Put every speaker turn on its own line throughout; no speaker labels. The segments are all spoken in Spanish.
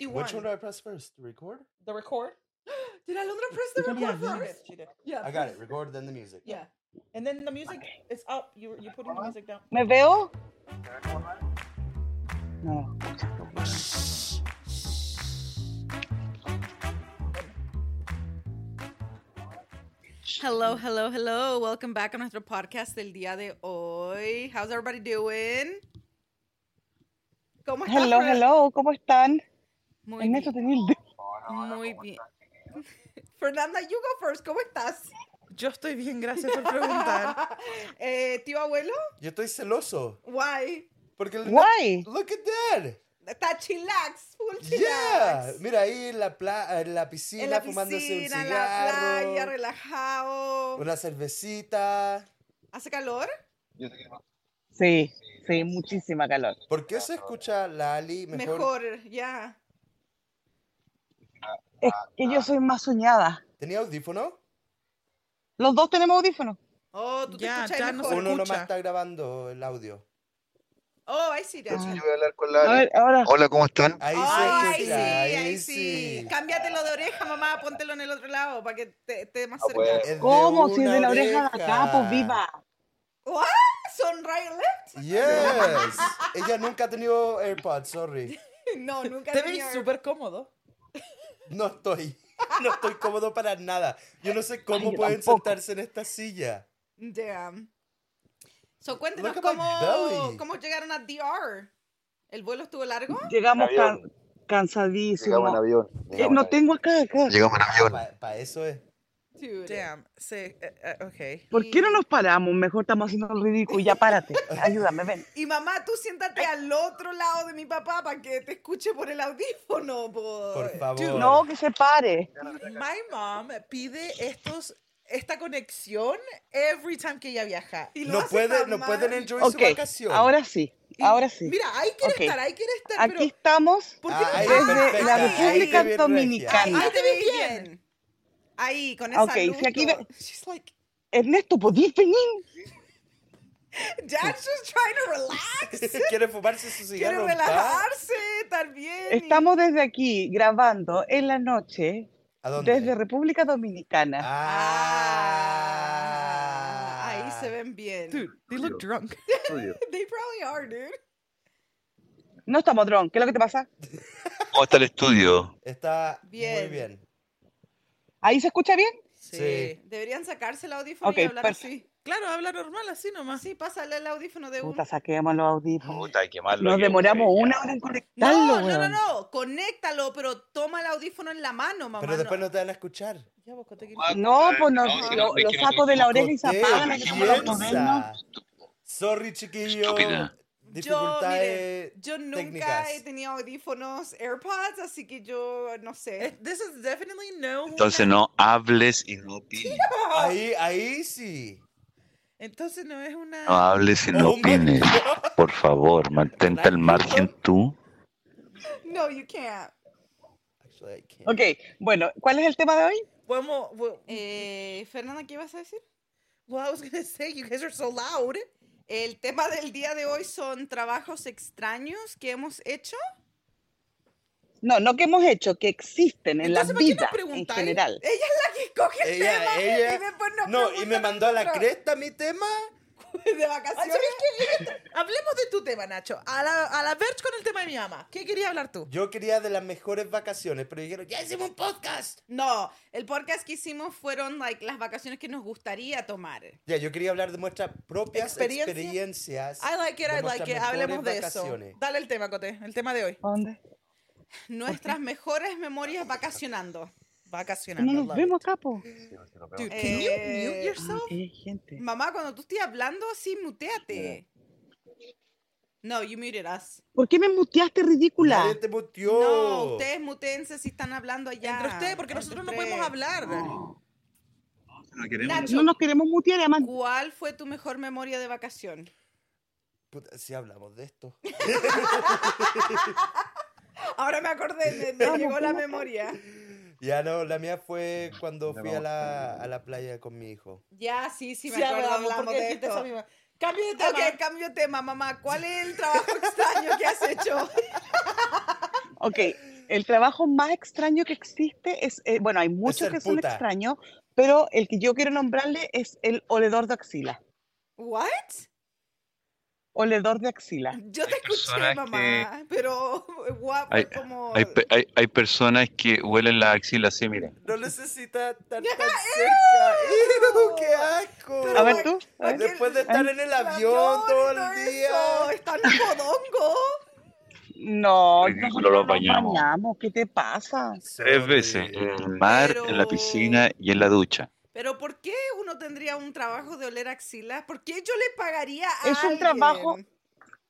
Which one do I press first? Record?
The record?
Did Alondra press the
Come
record
on,
She
first?
did. She did.
Yeah.
I got it. Record, then the music.
Yeah. And then the music is up. You you're putting the music down.
¿Me veo? No.
Hello, hello, hello. Welcome back a nuestro podcast del día de hoy. How's everybody doing? ¿Cómo estás,
Hello,
Fred?
hello, ¿cómo están?
Muy
Ernesto
bien.
tenía el dedo.
Muy bien. Fernanda, you go first. ¿Cómo estás?
Yo estoy bien, gracias por preguntar.
eh, tío abuelo,
Yo estoy celoso.
guay.
Porque el-
Why?
Look at that.
Está chillax, full chillax.
Yeah. Mira ahí en la, pla- en la piscina
en la
fumándose un
piscina, en la
cigarro.
playa, relajado.
una cervecita.
¿Hace calor?
Sí, sí, muchísima calor.
¿Por qué se escucha la Ali mejor?
Mejor, ya.
Es que yo soy más soñada.
¿Tenía audífono?
Los dos tenemos audífonos.
Oh, tú
Ya,
te escuchas
ya no
mejor.
se-
Uno nomás
escucha.
está grabando el audio.
Oh, ahí sí, ya.
Ah.
Yo voy a hablar con
A
Lali.
ver, ahora.
Hola, ¿cómo están?
Ahí
Ah,
se
ahí sí,
escucha,
ahí, sí. Cámbiatelo de oreja, mamá, póntelo en el otro lado para que te esté más
Ah,
cerca.
bueno.
Es de
¿Cómo? Si es
una
de la oreja de acá, pues viva.
¿Sonríe left?
Yes. Ella nunca ha tenido AirPods, sorry.
No, nunca he
Te
tenido-
veis súper cómodo.
No estoy. No estoy cómodo para nada. Yo no sé cómo
yo
pueden
tampoco.
sentarse en esta silla.
Damn. So, cuéntenos
Look at my
cómo,
belly.
cómo llegaron a DR. ¿El vuelo estuvo largo?
Llegamos
En
can-
avión. Llegamos en
cansadísimos.
avión.
Eh,
Llegamos
no
en
tengo acá, acá.
avión. Llegamos en avión.
Para eso es.
Dude.
Damn. Sí, eh, eh, ok.
¿Por qué no nos paramos? Mejor estamos haciendo el ridículo. Ya párate. Ayúdame, ven.
Y mamá, tú siéntate al otro lado de mi papá para que te escuche por el audífono. Por,
Por favor.
No, que se pare.
My mom pide estos esta conexión every time que ella viaja.
Y lo
No,
hace
puede,
tan
no
mal.
pueden enjoy
Ok,
su vacación.
ahora sí.
Y
Ahora sí.
Mira, ahí quiere
Ok.
estar, ahí quiere estar,
Aquí
pero
estamos.
¿por qué no?
Ahí,
Desde
perfecta,
la
ahí te
República
vi regia.
Dominicana.
Ahí te ves bien.
Ahí, con esa
Ok, si
luz,
aquí
todo.
ve-
She's like,
Ernesto, ¿podías venir?
Dad's just trying to relax.
Quiere fumarse su
Quiere
cigarro. en paz.
relajarse también.
Estamos desde aquí grabando en la noche
¿A dónde?
desde República Dominicana.
Ah.
Ahí se ven bien.
Dude, they look drunk.
Estudio.
They probably are, dude.
No estamos dron, ¿qué es lo que te pasa?
¿Cómo está el estudio?
Está muy
Bien.
bien.
¿Ahí se escucha bien?
Sí.
Sí.
Deberían sacarse el audífono y
Ok,
hablar así.
Claro, habla normal así nomás.
Sí, pásale el audífono de uno.
Puta, saquemos los audífonos.
Puta, hay que malo.
Nos
que-
demoramos
que-
una hora en conectarlo.
No, no, no,
weón.
no. Conéctalo, pero toma el audífono en la mano, mamá.
Pero después no te van a escuchar.
Ya vos conté que-
No, pues nos-
No, si
lo,
no, es
lo
que no
saco de la oreja y se
Cotea,
apagan. así como los modernos.
piensa. Sorry, chiquillo.
Estúpida.
Dificultades.
Yo nunca
técnicas.
he tenido audífonos AirPods, así que yo no sé.
Eh, This is definitely no.
Entonces no hables inútil.
Ahí, ahí sí.
Entonces no es una.
No hables y no
Oh my
opines. Por favor, mantente al margen tú.
No, you can't.
Actually, I can't.
Ok, bueno, ¿cuál es el tema de hoy?
Podemos- well,
Eh, Fernanda, ¿qué ibas a decir?
well, I was gonna say, you guys are so loud.
El tema del día de hoy son trabajos extraños que hemos hecho.
No, no que hemos hecho, que existen en
Entonces,
la
¿por qué nos
vida en
preguntáis?
general.
Ella es la que escoge el
Ella-
tema
ella-
y después nos
No, y
pregunta
me mandó a la
nosotros.
cresta mi tema.
de
Ay,
vacaciones.
¿sabes qué? Hablemos de tu tema, Nacho. A la, a la verge con el tema de mi mamá. ¿Qué quería hablar tú?
Yo quería de las mejores vacaciones, pero dijeron, ya hicimos un podcast.
No, el podcast que hicimos fueron like, las vacaciones que nos gustaría tomar.
Ya, yo quería hablar de nuestras propias
Experiencia.
experiencias.
I like it,
de
I like it.
nuestras
Hablemos de
mejores
eso.
vacaciones.
Dale el tema, Cote. El tema de hoy.
¿Dónde?
Nuestras mejores memorias vacacionando.
Vacacionar.
No
I
nos
love it.
vemos, capo.
Eh,
Dude, can you mute yourself?
Hay eh, gente.
Mamá, cuando tú estés hablando, sí, muteate. No, you muted us.
¿Por qué me muteaste, ridícula?
Nadie te muteó.
No, ustedes muteense si están hablando allá.
Entre ustedes, porque
Entre
nosotros no
ustedes.
podemos hablar.
Nacho,
No nos queremos mutear, además.
¿cuál fue tu mejor memoria de vacación?
Puta, si hablamos de esto.
Ahora me acordé, me, me llegó la memoria.
Ya no, la mía fue cuando fui a la, a la playa con mi hijo.
Ya, sí, sí, me
Sí,
acuerdo,
hablamos,
hablamos
porque
de
dijiste
esto.
esa misma- Cambio de tema.
Ok, cambio de tema, mamá. ¿Cuál es el trabajo extraño que has hecho?
Ok, El trabajo más extraño que existe es, eh, bueno, hay muchos
ser
que son
puta.
extraños, pero el que yo quiero nombrarle es el oledor de axila.
What?
Oledor de axila.
Yo te
Hay
escuché,
personas
mamá, pero guapo,
Hay-
como...
Hay, pe- hay- hay personas que huelen la axila así, mira.
No necesita tan, tan cerca. ¡Ew, ¡Qué asco!
A ver tú. a ver.
Después de estar en el
El
avión todo
y
el
eso,
día.
Está en podongo.
No,
Ridículo,
nosotros
lo
nos
bañamos.
bañamos, ¿Qué te pasa?
Tres veces, en el mar, en la
Pero-
piscina y en la ducha.
Pero ¿por qué uno tendría un trabajo de oler axilas? ¿Por qué yo le pagaría a
Es un trabajo-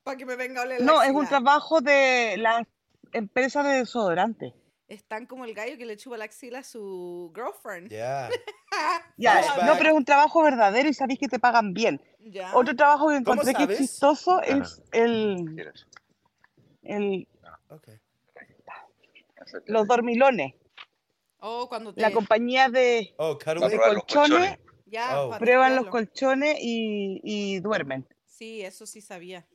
para que me venga a oler la
No, es un
axila?
trabajo de la empresa de desodorante.
Están como el gallo que le chupa la axila a su girlfriend.
Ya.
Ya,
Flashback.
no, pero es un trabajo verdadero y sabéis que te pagan bien.
Ya.
Otro trabajo que
Ah, ¿Cómo
encontré que
sabes?
es chistoso
Ah, no.
es el, el-
Ok.
los dormilones.
Oh, cuando te...
La compañía de,
Oh,
Va a
Carmen.
de
probar los
colchones
Ya,
Oh.
para
prueban los
testearlo.
colchones y, y duermen.
Sí, eso sí sabía.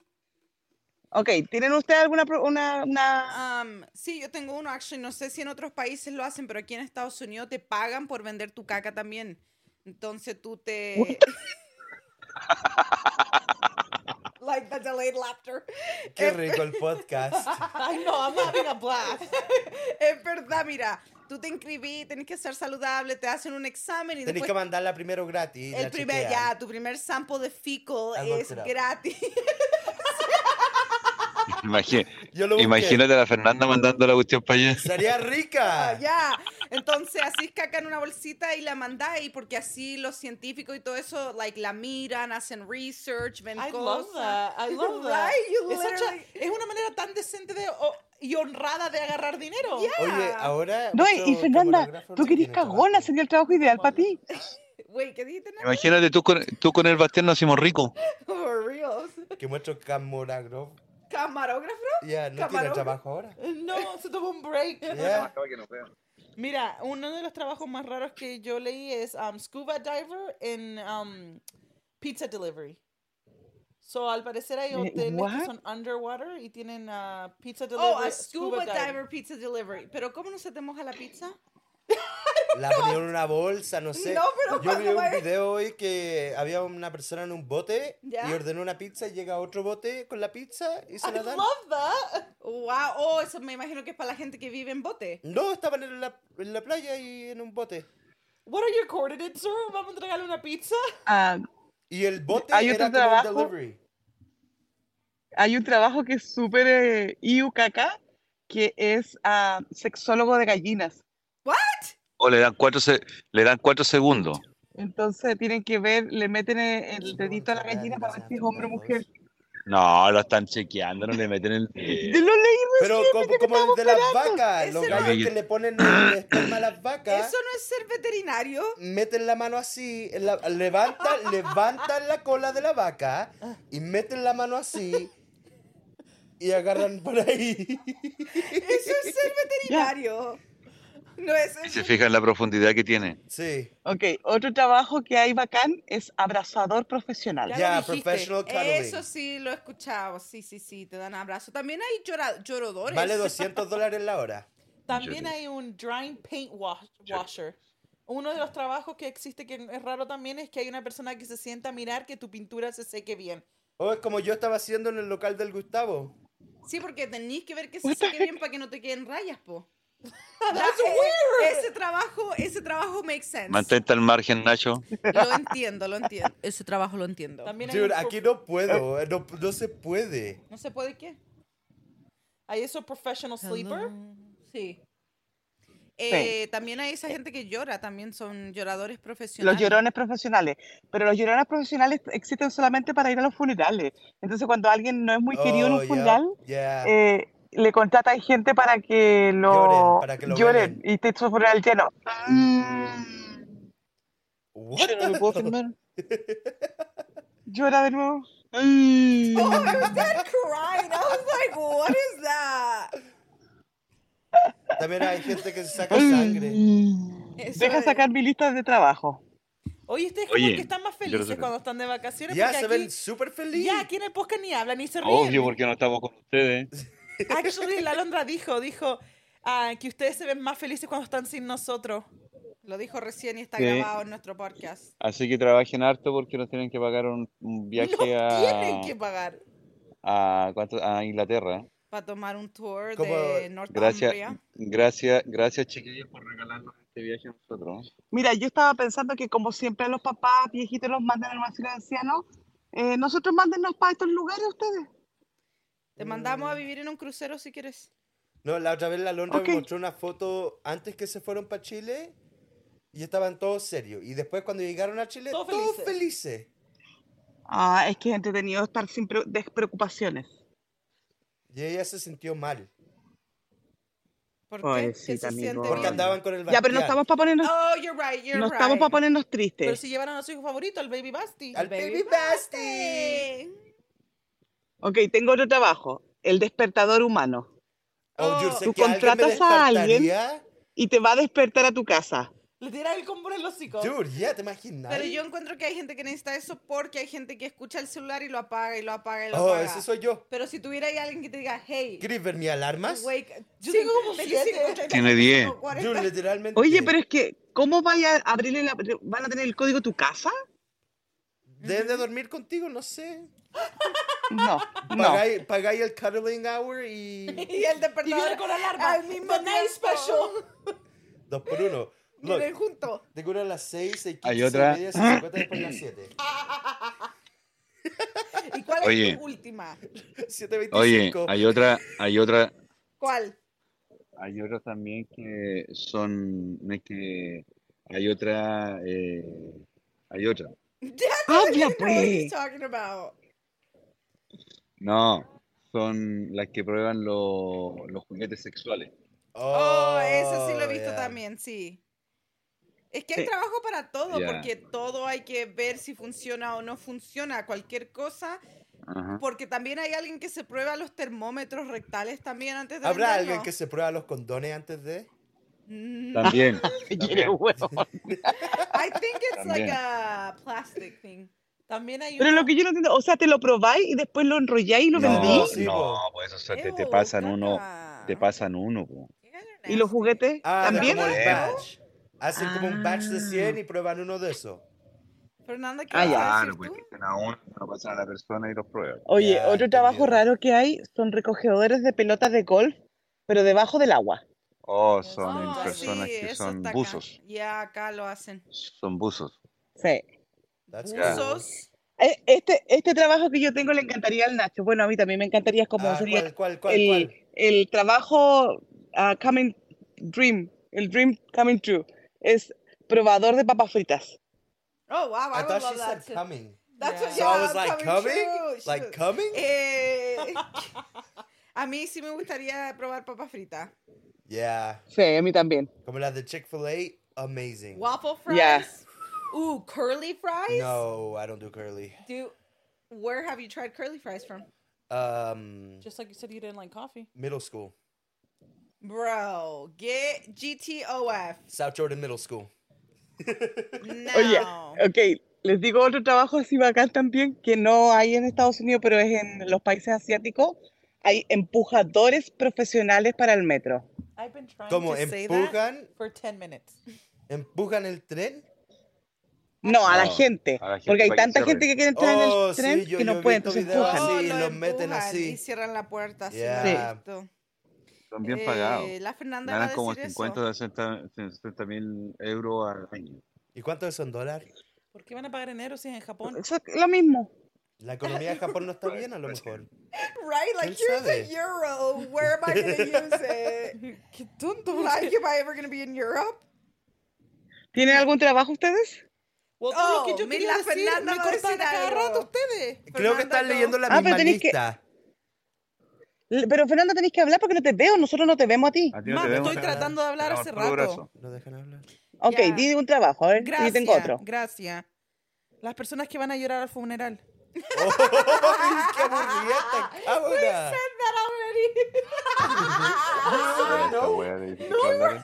Ok, ¿tienen ustedes alguna pro- una, una-
Am, sí, yo tengo uno, actually, no sé si en otros países lo hacen, pero aquí en Estados Unidos te pagan por vender tu caca también. Entonces tú te... like the delayed laughter.
Qué rico el podcast.
I know, I'm having a blast.
Es verdad, mira, tú te inscribí, tenés que ser saludable, te hacen un examen y
Tenés que
después
mandarla primero gratis.
el
la
primer,
chequean.
ya, tu primer sample de fecal
I'll look
es
it up.
gratis.
Imagi-
Yo lo busqué.
imagínate a la Fernanda mandando la cuestión para allá.
Sería
Ah.
rica.
Ah, ya, entonces así caca en una bolsita y la mandáis porque así los científicos y todo eso, like, la miran, hacen research, ven
I love
cosas.
that. I love that.
Right? You
Es, such a-
literally-
es una manera tan decente de, o- y honrada de agarrar dinero.
Yeah.
Oye, ahora.
No, y- y
muchos
Fernanda,
camarógrafos
tú
no
querés
tienen trabajo.
cagona, sería el trabajo ideal para ti.
Wait, ¿qué dijiste? Nat?
Imagínate, tú con, tú con el Bastián nos hicimos ricos.
For reals.
Que muchos camarógrafos.
¿Camarógrafo?
Ya, no tienen
Camarógrafo.
trabajo ahora.
No, se tomó un break.
Ya.
Mira, uno de los trabajos más raros que yo leí es um, scuba diver en um, pizza delivery. So, al parecer hay
Eh,
hoteles que
what?
son underwater y tienen uh, pizza delivery.
Oh, a scuba diver pizza delivery. ¿Pero cómo no se te moja la pizza?
La ponían en una bolsa, no sé.
No, pero
Yo vi
cuando
un
va-
video hoy que había una persona en un bote
Ya.
y ordenó una pizza y llega otro bote con la pizza y se
I
la dan.
love that.
Wow, oh, eso me imagino que es para la gente que vive en bote.
No, estaban en la, en la playa y en un bote.
What are your coordinates, sir? Vamos a entregarle una pizza.
Ah,
Y el bote
Hay
era como un
otro trabajo.
delivery.
hay un trabajo que es súper eh, IUKK, que es ah, sexólogo de gallinas.
O le dan cuatro, se- le dan cuatro segundos.
Entonces tienen que ver, le meten e- el,
Sí,
dedito a la
porque
gallina
ya empiezan
para ver
a
si es
tener
hombre o mujer.
No, lo están chequeando, no le meten el
Yo lo leí
Pero como, como el de las vacas,
Ese
los
no-
gallos que le ponen el esperma a las vacas.
Eso no es ser veterinario.
meten la mano así, en la- levanta, levantan la cola de la vaca y meten la mano así y agarran por ahí.
Eso es ser veterinario. No es
y se fijan la profundidad que tiene.
Sí,
Ok, otro trabajo que hay bacán es abrazador profesional.
ya,
Ya lo dijiste.
professional cuddling.
Eso sí lo he escuchado. Sí, sí, sí, te dan abrazo. También hay llora- llorodores.
Vale 200 dólares la hora.
También
Yo-
hay un drying paint wa- washer. Uno de los trabajos que existe que es raro también es que hay una persona que se sienta a mirar que tu pintura se seque bien.
O es como yo estaba haciendo en el local del Gustavo.
Sí, porque tenéis que ver que se seque bien para que no te queden rayas, po.
That's
La- e-
weird.
Ese trabajo, ese trabajo makes sense.
Mantente al margen, Nacho.
Lo entiendo, lo entiendo. Ese trabajo lo entiendo.
También hay, un
Dude,
pro-
aquí no puedo, eh, no, no se puede.
¿No se puede qué?
hay esos professional sleeper.
Sí. Eh, También hay esa gente que llora, también son lloradores profesionales.
Los llorones profesionales. Pero los llorones profesionales existen solamente para ir a los funerales. Entonces cuando alguien no es muy querido en
Oh, Ah.
un
yeah,
funeral,
yeah.
eh, le contratan gente para que lo
Lloren, para que lo
lloren
velen.
y te su funeral lleno. Mm.
What
Yo no
the-
me puedo firmar. Llora de nuevo. Mm.
crying. I was like, what is that?
También hay gente que se saca sangre.
Eso
Mm. Deja
es.
sacar mi lista de trabajo.
Oye, ustedes
Oye,
como que están más felices
lloradores.
cuando están de vacaciones.
Ya
porque
se
aquí,
ven súper feliz.
Ya, aquí en el podcast ni hablan ni se ríen.
Obvio, porque no estamos con ustedes.
Actually, la Alondra dijo, dijo, "Ah, ah, que ustedes se ven más felices cuando están sin nosotros.
Lo dijo recién y está
Sí.
grabado en nuestro podcast.
Así que trabajen harto porque nos tienen que pagar un, un viaje
Nos tienen
a,
que pagar.
a, ¿cuánto? a Inglaterra.
Para tomar un tour
Como-
de
Gracias,
Northumbria.
gracias, gracias chiquillos por regalarnos este viaje a nosotros. Mira, yo estaba pensando que como siempre los papás viejitos los mandan al asilo de ancianos, eh, nosotros mándennos para estos lugares ustedes.
Te mandamos a vivir en un crucero si quieres.
No, la otra vez la Londra
Ok.
me mostró una foto antes que se fueron para Chile y estaban todos serios. Y después cuando llegaron a Chile,
Todos
todos felices.
felices.
Ah, es que es entretenido estar sin pre- despreocupaciones.
Y ella se sintió mal.
¿Por qué?
Pobrecita,
Que se
amigo.
siente
Porque
bien.
andaban con el
Ya, pero no
Bastián.
estamos para ponernos,
Oh, you're right, you're
no
right.
estamos para ponernos
Pero
tristes.
si llevaron a su hijo favorito, el Baby Basti.
Al
Baby
Baby Basti.
Sí.
Ok, tengo otro trabajo, el despertador humano.
Oh, yo
Oh.
sé
Tú
que alguien me
contratas a alguien.
despertaría.
Y te va a despertar a tu casa.
Le tiras el combo en el hocico.
Dude, ya te imaginas.
Pero yo encuentro que hay gente que necesita eso porque hay gente que escucha el celular y lo apaga y lo apaga y lo
Oh,
apaga.
ese soy yo.
Pero si tuviera ahí alguien que te diga, hey,
¿Quieres ver mis alarmas?
wake,
Yo tengo como siete.
Tiene diez.
Dude, literalmente.
Oye, pero es que, ¿cómo vaya a abrirle la, van a tener el código tu casa?
Debes de dormir contigo, no sé.
No, no.
Pagáis, pagáis el cuddling hour y
Y el
Y viene
despertador
con alarma.
Al mismo
The night
tiempo.
special.
dos por uno. Look,
vienen juntos.
te cura a las seis, seis,
Hay
quince, seis,
otra.
media, seis cincuenta, después las siete.
Ah, ¿Y cuál
Oye.
es tu última?
Siete
Oye,
veinticinco.
hay otra, hay otra,
¿Cuál?
hay otras también que son, no es que hay otra, eh, hay otra.
Habla,
What are you
pues.
talking about?
No, son las que prueban lo- los juguetes sexuales.
Oh, eso sí lo he visto
yeah.
también, sí. Es que hay
Sí.
trabajo para todo,
Ya.
porque todo hay que ver si funciona o no funciona, cualquier cosa,
Ajá.
porque también hay alguien que se prueba los termómetros rectales también antes de
¿Habrá alguien
venderlo.
que se prueba los condones antes de?
Mm,
También.
Eres huevón.
I think it's like
También.
a plastic thing.
También hay
Pero
una-
lo que yo no entiendo, o sea, te lo probáis y después lo enrolláis y lo
No,
vendís.
Sí,
no,
po.
pues o sea, te,
Ew,
te pasan uno,
caca.
te pasan uno, pues. po.
You guys are
Y los
nasty.
juguetes
Ah,
también.
como el
¿También?
batch. Hacen como un batch de
Ah.
100 y prueban uno de esos.
Fernanda, ¿qué
Ah,
vas a
ya.
decir tú?
estén pues, a uno, lo pasan a la persona y los prueban.
Oye,
Ya,
otro trabajo
entendido.
raro que hay son recogedores de pelotas de golf, pero debajo del agua.
Oh, son
Oh,
personas
sí,
que
eso
son
está acá.
buzos,
Ya, acá lo hacen.
son buzos.
Sí.
That's cool. Ah,
Buzos.
Eh, Este, este trabajo que yo tengo le encantaría al Nacho. Bueno, a mí también me encantaría, es como
Ah,
sería
¿Cuál, cuál, cuál,
el,
cuál?
el trabajo ah, coming dream, el dream coming true. Es probador de papas fritas.
Oh, wow, I,
I
would
thought
love
she
that
said
too.
coming.
That's what
So
yeah,
I was like, coming?
true.
Like,
Shoot.
coming?
Eh, a mí sí me gustaría probar papas fritas.
Yeah.
Sí, a mí también.
Como las de Chick-fil-A, amazing.
Waffle fries.
Yeah.
Ooh, curly fries?
No, I don't do curly.
Do where have you tried curly fries from?
Um,
Just like you said you didn't like coffee.
middle school.
Bro, get GTOF.
South Jordan Middle School.
No.
Oye, ok, les digo otro trabajo así bacán también, que no hay en Estados Unidos, pero es en los países asiáticos. Hay empujadores profesionales para el metro.
I've been trying
Como
to say that
empujan,
for 10 minutes.
empujan el tren.
No, a la
No,
gente,
a la gente
porque hay
para que
tanta
cierre.
gente que quiere entrar en el
Oh, sí,
tren
yo-
que
yo
no
he
pueden,
visto
entonces
videos
empujan.
así, los meten
empujan
así.
Y cierran la puerta así.
Yeah.
lo he visto.
Son bien
Eh,
pagados.
La Fernanda va a
Ganan
decir
como
eso.
50 60 60 mil euros al año.
¿Y cuánto es en dólar?
¿Por qué van a pagar enero si es en Japón?
Eso es lo mismo.
La economía de Japón no está bien, a
Pues,
lo mejor.
Right? Like,
¿Quién
here's a
sabe?
euro. Where am I going to use it?
Qué tonto.
Like, am I ever going to be in Europe?
¿Tienen algún trabajo ustedes?
Well, todo lo que
Oh,
yo
mira,
quería decir,
Fernanda
me
va a decir
cortan a cada
algo.
rato ustedes.
Creo que están
no.
leyendo la
Ah, pero
misma
tenés que-
lista.
L- Pero Fernanda, tenés que hablar porque no te veo, nosotros no te vemos a ti.
Ah.
A ti no
Mamá,
te vemos
estoy
nada,
tratando de
te
hablar
vemos
hace
puro
rato.
brazo.
No dejan hablar.
Ok,
Ya.
di un trabajo, a ver,
Gracias.
yo tengo otro.
Gracias.
Las personas que van a llorar al funeral.
¡Oh, ¡Qué aburrida esta cámara!
Esta
Ah, No.
Pues,
wea de dólares.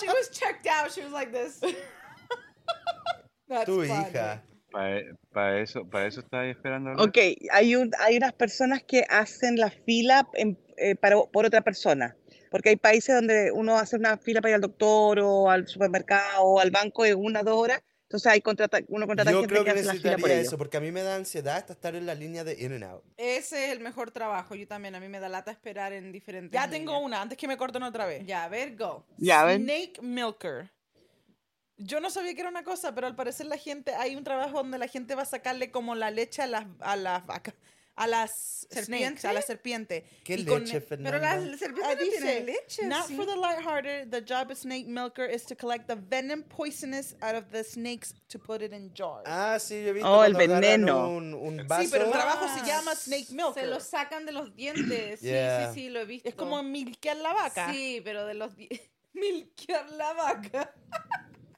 She was checked out. She was like this. That's
Tu
pues,
funny.
hija.
Pa- e, pa eso, para eso estáis esperando. hablar.
Ok, hay, un, hay unas personas que hacen la fila en- eh, para, por otra persona. Porque hay países donde uno hace una fila para ir al doctor o al supermercado o al banco de una dos horas. Entonces hay contrata, uno contrata
Yo
gente
creo
que
que
hace la fila por
necesitaría
ellos.
eso, porque a mí me da ansiedad hasta estar en la línea de In and Out.
Ese es el mejor trabajo. Yo también, a mí me da lata esperar en diferentes.
Ya tengo
líneas.
una, antes que me corten otra vez.
Ya, a ver, go.
Ya, a ver.
Snake Milker. Yo no sabía que era una cosa, pero al parecer la gente, hay un trabajo donde la gente va a sacarle como la leche a las, a las vacas, a las serpientes,
¿Serpiente?
a la serpiente.
¿Qué
Y con-
leche,
Pero
Fernanda?
las serpientes
Ah,
no
dice,
tienen leche.
Not
sí.
for the lighthearted, the job of snake milker is to collect the venom poisonous out of the snakes to put it in jars.
Ah, sí, yo he visto
Oh, el
cuando agarran
veneno.
Un, un
sí, pero
vaso.
el trabajo
Ah.
se llama snake milker.
Se los sacan de los dientes. Sí,
Yeah.
sí, sí, lo he visto.
Es como milkear la vaca.
Sí, pero de los dientes. Milquear la vaca.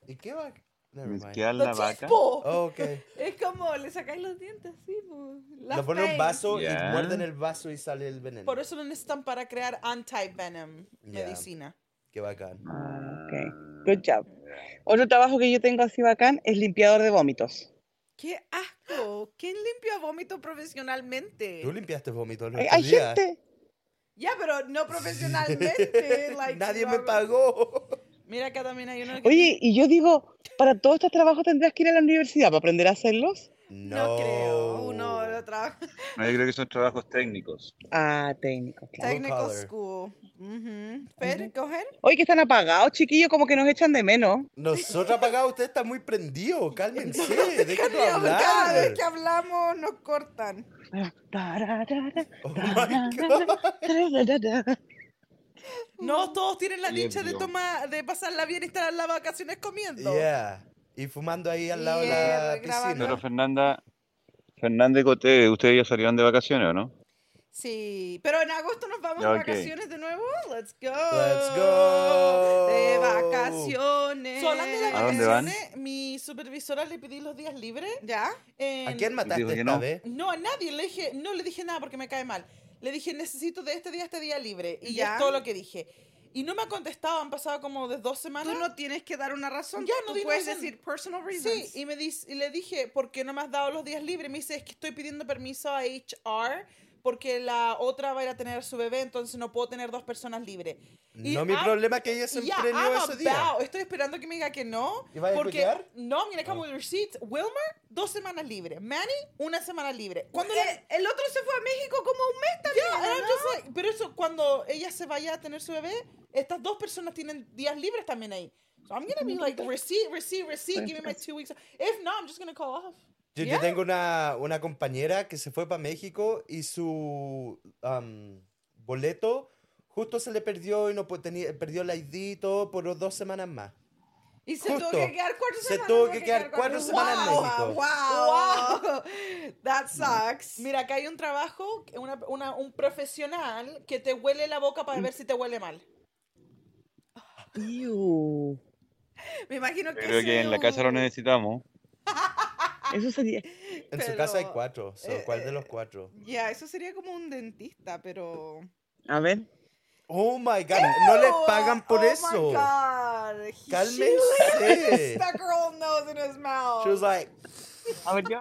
¿Y qué va? Never
Me
mind.
queda la
Los
vaca.
chispos.
Oh, ok.
Es como le sacáis los dientes, sí. po. Las
Lo ponen en un
peis.
vaso
Yeah.
y muerden el vaso y sale el veneno.
Por eso lo necesitan para crear anti-venom
Ya.
medicina.
Qué bacán.
Ah, ok.
Ah,
Good job. Otro trabajo que yo tengo así bacán es limpiador de vómitos.
¡Qué asco! ¿Quién limpia vómito profesionalmente?
Tú limpiaste vómito el
Hay,
otro
hay
día.
gente.
Ya, pero no profesionalmente. like,
Nadie
no
me
hablo-
pagó.
Mira acá también hay uno que...
Oye, y yo digo, para todos estos trabajos tendrás que ir a la universidad para aprender a hacerlos.
No, creo. Uno lo trabaja.
No, yo creo que son trabajos técnicos.
Ah, técnico, claro.
Technical
collar.
School. Ujú. Fer, coger.
Oye, que están apagados, chiquillos, como que nos echan de menos.
Nosotros apagados, usted está muy prendido. Cálmense, déjenos
Cada
hablar.
vez que hablamos nos cortan.
Tararara,
Oh my
tararara,
God.
tararara.
No, todos tienen la
Oye,
dicha de
Dios.
tomar, de pasarla bien y estar en las vacaciones comiendo.
Yeah. Y fumando ahí al lado
Yeah,
de la
grabando.
Pero
piscina.
Fernanda, Fernanda y Coté, ustedes ya salieron de vacaciones, ¿o no?
Sí, pero en agosto nos vamos
Ya,
de
ok.
vacaciones de nuevo. Let's go.
Let's go.
De vacaciones.
So, hablando de las
¿A dónde van?
vacaciones, mi supervisora le pedí los días libres.
¿Ya?
en-
¿A quién mataste
Dijo que
esta
no.
vez?
No, a nadie. Le dije, no le dije nada porque me cae mal. Le dije, necesito de este día a este día libre. Y ya
Ya.
es todo lo que dije. Y no me ha contestado, han pasado como de dos
Tú
semanas.
no tienes que dar una razón.
Ya, no
Tú
di
puedes
razón.
decir personal reasons.
Sí, y, me dice, y le dije, ¿por qué no me has dado los días libres? Me dice, es que estoy pidiendo permiso a HR porque la otra va a ir a tener su bebé, entonces no puedo tener dos personas libres. Y
No, mi
I'm-
problema es que ella se
Ya,
emprendió
I'm
ese día.
about. Estoy esperando que me diga que no.
¿Y vaya a
porque
cuidar?
No, mira,
Ah.
como receipts. Wilmer, dos semanas libres. Manny, una semana libre. Cuando
Cuando el, Eh, el otro se fue a México como un mes también.
Yeah, and I'm
¿no?
just like- pero eso, cuando ella se vaya a tener su bebé, estas dos personas tienen días libres también ahí. So I'm gonna be like, receipt, receipt, receipt, give me my two weeks. If not, I'm just gonna call off.
Yo, yo
Yeah.
tengo una, una compañera que se fue para México y su am, boleto justo se le perdió y no pu- tenía, perdió el ID y todo por dos semanas más.
Y se
Justo.
tuvo que quedar cuatro
Se
semanas.
tuvo que quedar cuatro semanas en
wow,
México.
Wow, wow. That sucks.
Mira, acá hay un trabajo, una, una- un profesional que te huele la boca para ver si te huele mal.
Iu.
Me imagino
Yo
que.
creo que en la casa lo necesitamos.
Eso sería.
En su casa hay
Pero,
cuatro. so,
eh,
¿Cuál de
eh,
los cuatro?
Ya, eso sería como un dentista, pero.
A ver.
Oh my god, no les pagan por
oh
eso.
My God. He-
Cálmense.
She stuck her own nose in his mouth.
She was like,
A ver yo.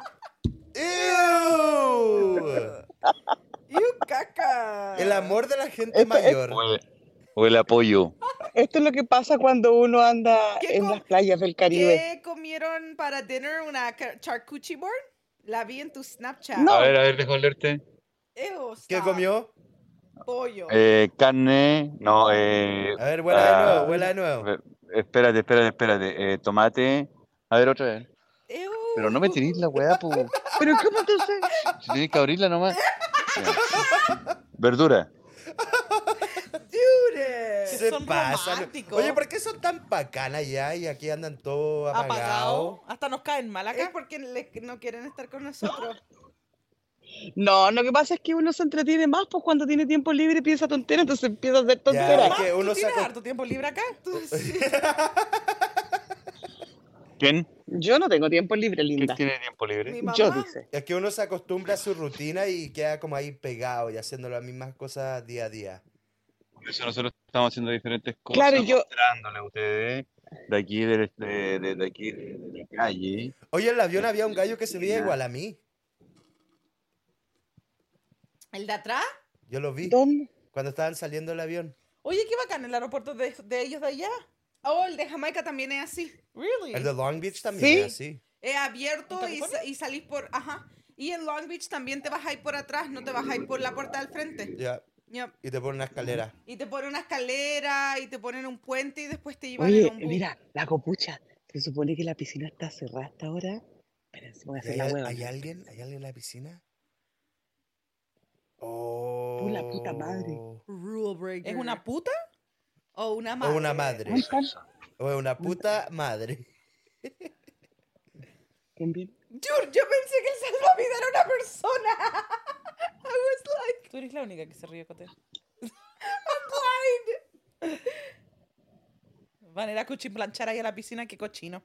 ew.
You caca.
El amor de la gente
Esto es-
mayor.
O el, o el apoyo.
Esto es lo que pasa cuando uno anda
¿Qué
en
co-
las playas del Caribe.
¿Qué comieron para dinner? ¿Una ca- charcuterie board? La vi en tu Snapchat.
No.
A ver, a ver, dejo leerte.
Ew,
¿Qué
stop.
comió?
Pollo.
Eh, carne, no, eh,
A ver, vuela de
Ah.
nuevo, vuela de nuevo.
eh, espérate, espérate, espérate. eh, tomate. A ver, otra vez.
Ew.
Pero no me tirís la weá, po.
Pero ¿cómo entonces?
Si tienes que abrirla nomás. Ya. Verdura.
Dude.
Se
son
pasan.
románticos.
Oye, ¿por qué son tan bacanas allá y aquí andan todos apagados?
Apagado. Hasta nos caen mal
Es
acá.
porque le- no quieren estar con nosotros.
No, lo que pasa es que uno se entretiene más pues cuando tiene tiempo libre y piensa tontera, entonces empieza a hacer
Ya,
tonteras.
es que
Ah, ¿Tú
uno
tienes
saca.
harto tiempo libre acá?
¿Quién?
Yo no tengo tiempo libre,
¿Quién
linda.
tiene tiempo libre?
Mi mamá.
Yo dice.
Es que uno se acostumbra a su rutina y queda como ahí pegado y haciendo las mismas cosas día a día.
Por eso nosotros estamos haciendo diferentes cosas,
Claro, yo-
mostrándole a ustedes de aquí, de, de- de- de aquí, de, de la calle.
Oye, en el avión había un gallo que se veía igual a mí.
¿El de atrás?
Yo lo vi
¿Dónde?
cuando estaban saliendo del avión.
Oye, qué bacán el aeropuerto de, de ellos de allá.
Oh, el de Jamaica también es así.
Really?
El de Long Beach también es
Es abierto
¿En
y,
California?
sa- y salís por. Ajá. Y en Long Beach también te bajáis por atrás, no te bajáis por la puerta del
así.
frente.
Ya.
Yep.
Y te ponen una escalera.
Y te ponen una escalera y te ponen un puente y después te llevan en
Oye,
un bus.
mira, la copucha. Se supone que la piscina está cerrada hasta ahora. Espérense, voy a
¿Y
hacer
¿Hay,
la
al-
hueva.
hay
¿no?
alguien? ¿Hay alguien en la piscina?
puta madre.
Oh.
Rule breaker.
¿Es una puta?
O una
O
madre.
una madre.
Ay, tan-
O una puta madre.
también.
Dude, yo pensé que el salvavidas era una persona. I was like,
Tú eres la única que se ríe, Cote. Van a ir a cuchimplanchar ahí a la piscina, qué cochino.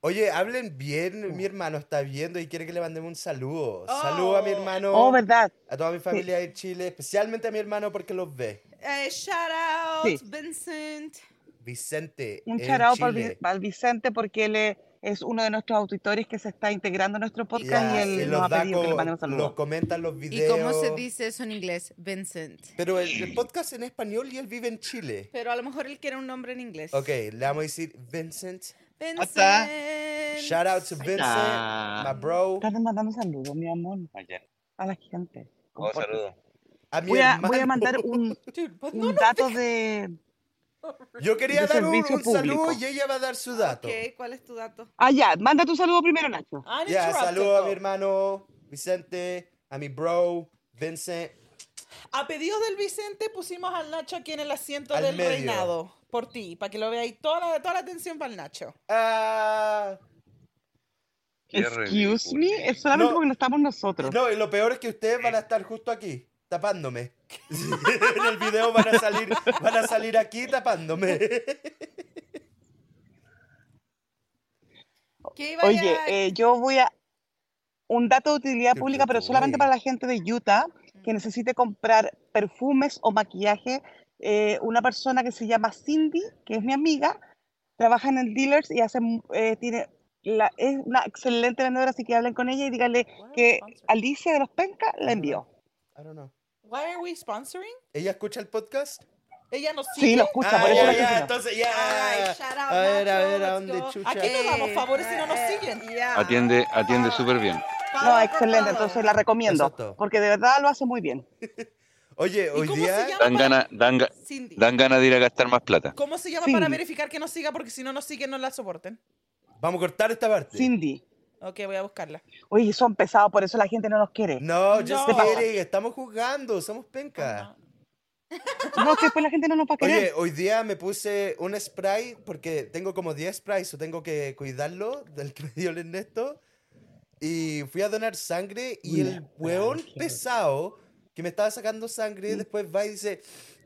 Oye, hablen bien. Mi hermano está viendo y quiere que le mandemos un saludo. Saludo a mi
Oh.
hermano.
Oh, verdad.
A toda mi familia de Chile. Especialmente a mi hermano porque los ve.
eh, shout out,
Sí.
Vincent.
Vicente.
Un
en
charao para,
Chile.
el Vicente porque él es- es uno de nuestros auditores que se está integrando a nuestro podcast
Ya,
y
y
él
los
nos ha
da
pedido que le
co-
mandemos saludos.
Los comentan los
¿Y
videos.
cómo se dice eso en inglés? Vincent.
Pero el, el podcast en español y él vive en Chile.
Pero a lo mejor él quiere un nombre en inglés.
Ok, le vamos a decir Vincent.
está.
Vincent. Ah.
Shout out to Vincent, my bro.
Estás mandando saludos, mi amor,
Allá.
a la gente.
Oh,
Compórtate.
saludo.
A mi
Voy a,
hermano.
voy a mandar un,
Dude, but
un dato de...
Yo quería
de
dar un,
servicio
un saludo
público.
y ella va a dar su dato.
Ok, ¿cuál es tu dato?
Ah, ya, manda tu saludo primero, Nacho.
Ya,
uninterrupted,
saludo a mi
though.
hermano Vicente, a mi bro Vincent.
A pedidos del Vicente pusimos al Nacho aquí en el asiento
Al
del
medio.
reinado. Por ti, para que lo veáis. Toda la, toda la atención para el Nacho.
Ah,
Qué
Excuse
ridículo.
me, es solamente
No.
porque no estamos nosotros.
no, y lo peor es que ustedes van a estar justo aquí, tapándome. en el video van a salir, van a salir aquí tapándome.
¿Qué iba
Oye,
a-
eh, yo voy a... Un dato de utilidad
Qué
pública, pero solamente
guay.
para la gente de Utah
Mm.
que necesite comprar perfumes o maquillaje. Eh, una persona que se llama Cindy, que es mi amiga, trabaja en el Dealers y hace, eh, tiene la, es una excelente vendedora, así que hablen con ella y díganle
Ah,
que Alicia de los Pencas la envió.
I don't know.
Why are we sponsoring?
¿Ella escucha el podcast?
Ella nos
Sí, lo
sigue.
escucha,
ah,
por eso
ya,
la
ya,
menciono.
entonces ya.
Ay, shout out,
a ver, a
Nacho,
ver, a
let's
dónde
go.
chucha.
¿A quién le damos favores si no nos
Eh,
siguen?
yeah.
Atiende, atiende súper bien.
No, excelente, entonces la recomiendo,
Eso es todo.
porque de verdad lo hace muy bien.
Oye, hoy
cómo se
día.
llama?
Dan ganas dan, ga-
Cindy.
dan ganas de ir a gastar más plata.
¿Cómo se llama
Sí.
para verificar que nos siga? Porque si no nos siguen, no la soporten.
Vamos a cortar esta parte.
Cindy.
Ok, voy a buscarla.
Oye, son pesados, por eso la gente no nos quiere.
No, just
No.
kidding, estamos jugando, somos penca.
No, que después la gente no nos va a
Oye,
querer.
hoy día me puse un spray porque tengo como 10 sprays, o tengo que cuidarlo del que me dio el Ernesto. Y fui a donar sangre y el hueón pesado que me estaba sacando
Mm.
sangre después va y dice,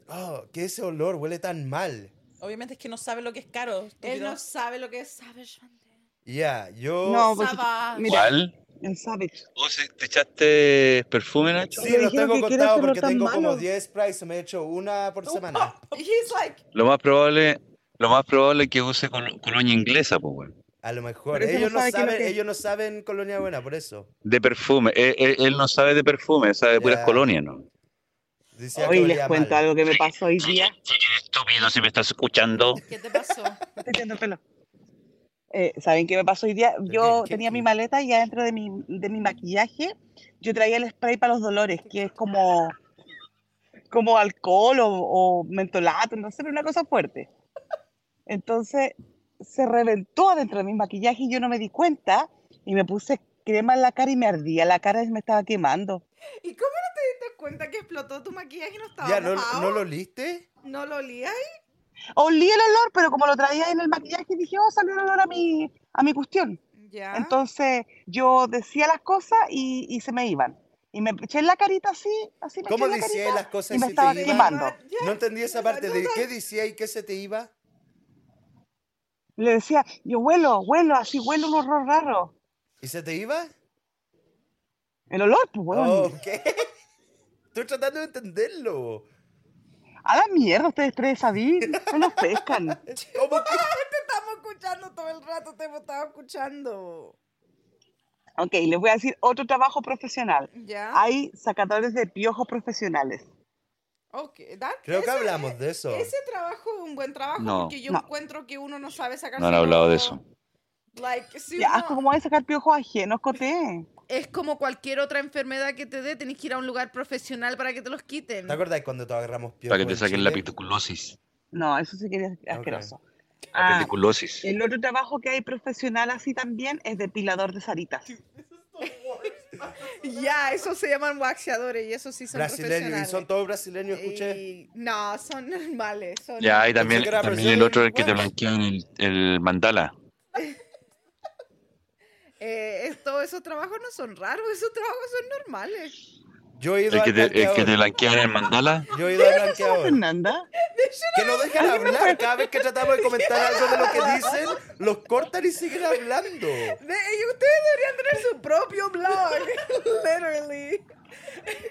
oh, que ese olor huele tan mal.
Obviamente es que no sabe lo que es caro.
Él
estúpido.
no sabe lo que es Savage Bandera.
Ya, yo...
No, pues,
Savage.
mira,
¿Cuál?
en Savage.
¿O se- te echaste perfume, Nacho?
Sí,
me
lo
dijeron
tengo
que quiere
contado
hacerlo
porque
tan
tengo como
malo.
10 sprays, me he hecho una por semana.
He's like,
Lo más probable, lo más probable es que use col- colonia inglesa, pues, weón.
A lo mejor,
Pero eso no
ellos no,
sabe qué es lo
saben,
que-
ellos no saben Colonia Buena, por eso.
De perfume. Él, él- él no sabe de perfume, sabe de puras
Ya.
colonias, ¿no?
Decía que
Hoy les
olía
cuento
mal.
algo que me pasó hoy día.
estúpido si me estás escuchando.
¿qué te pasó?
Me estoy tirando el pelo. Eh, ¿Saben qué me pasó hoy día? Yo
qué-
tenía
qué?
mi maleta y adentro de mi, de mi maquillaje yo traía el spray para los dolores, que es como, como alcohol o, o mentolato, no sé, pero una cosa fuerte. Entonces se reventó adentro de mi maquillaje y yo no me di cuenta y me puse crema en la cara y me ardía la cara y me estaba quemando.
¿Y cómo no te diste cuenta que explotó tu maquillaje y no estaba
Ya, ¿no,
mojado?
¿no lo oliste?
¿No lo olía ahí?
Olí el olor, pero como lo traía en el maquillaje dije, oh, salió el olor a mi, a mi cuestión.
Ah.
Ya.
Entonces yo decía las cosas y, y se me iban. Y me eché en la carita así, así me
¿Cómo
eché en la
decía
carita.
las cosas
y
y
me
se
estaba
te iban?
quemando.
Ya.
No entendí esa
Mira,
parte
no
de
sab-
qué decía y qué se te iba.
Le decía, yo huelo, huelo, así huelo un horror raro.
¿Y se te iba?
El olor, pues, weón.
Oh, ¿qué? Estoy tratando de entenderlo.
A la mierda ustedes tres, David. No nos pescan.
¿Cómo que?
Te estamos escuchando todo el rato, te estaba escuchando.
Ok, les voy a
¿Ah?
decir otro trabajo profesional.
¿Ya?
Hay sacadores de piojos profesionales.
Ok, that-
Creo que
ese-
hablamos de eso.
Ese trabajo es un buen trabajo
No.
porque yo
No.
encuentro que uno no sabe sacar
No han
su
hablado de
jugo.
eso.
Like, si
Ya,
uno-
asco, ¿cómo vas a sacar piojos ajenos, Coté?
es como cualquier otra enfermedad que te dé, tenés que ir a un lugar profesional para que te los quiten.
¿Te acordás cuando todos agarramos piojos?
Para que te
en
saquen la
Chile?
pesticulosis.
No, eso sí que es asqueroso.
La
Ah,
pesticulosis.
el otro trabajo que hay profesional así también es depilador de saritas.
Ya, esos se llaman waxeadores y eso sí son
Brasileños, y
profesionales.
son todos brasileños, escuché.
Y- No, son normales. Son...
Ya, y también,
Pensé que era
también
Brazilian
el otro es el que te
Wax.
blanquean el, el mandala.
Eh, es- todos esos trabajos no son raros, esos trabajos son normales.
Yo he ido
El que
al
te, el que te
blanqueador.
blanquean el mandala.
Yo he ido al
¿Sabes,
blanqueador.
Fernanda?
Que no dejan hablar. Cada vez que tratamos de comentar algo de lo que dicen, los cortan y siguen hablando.
De- y ustedes deberían tener su propio blog, literally.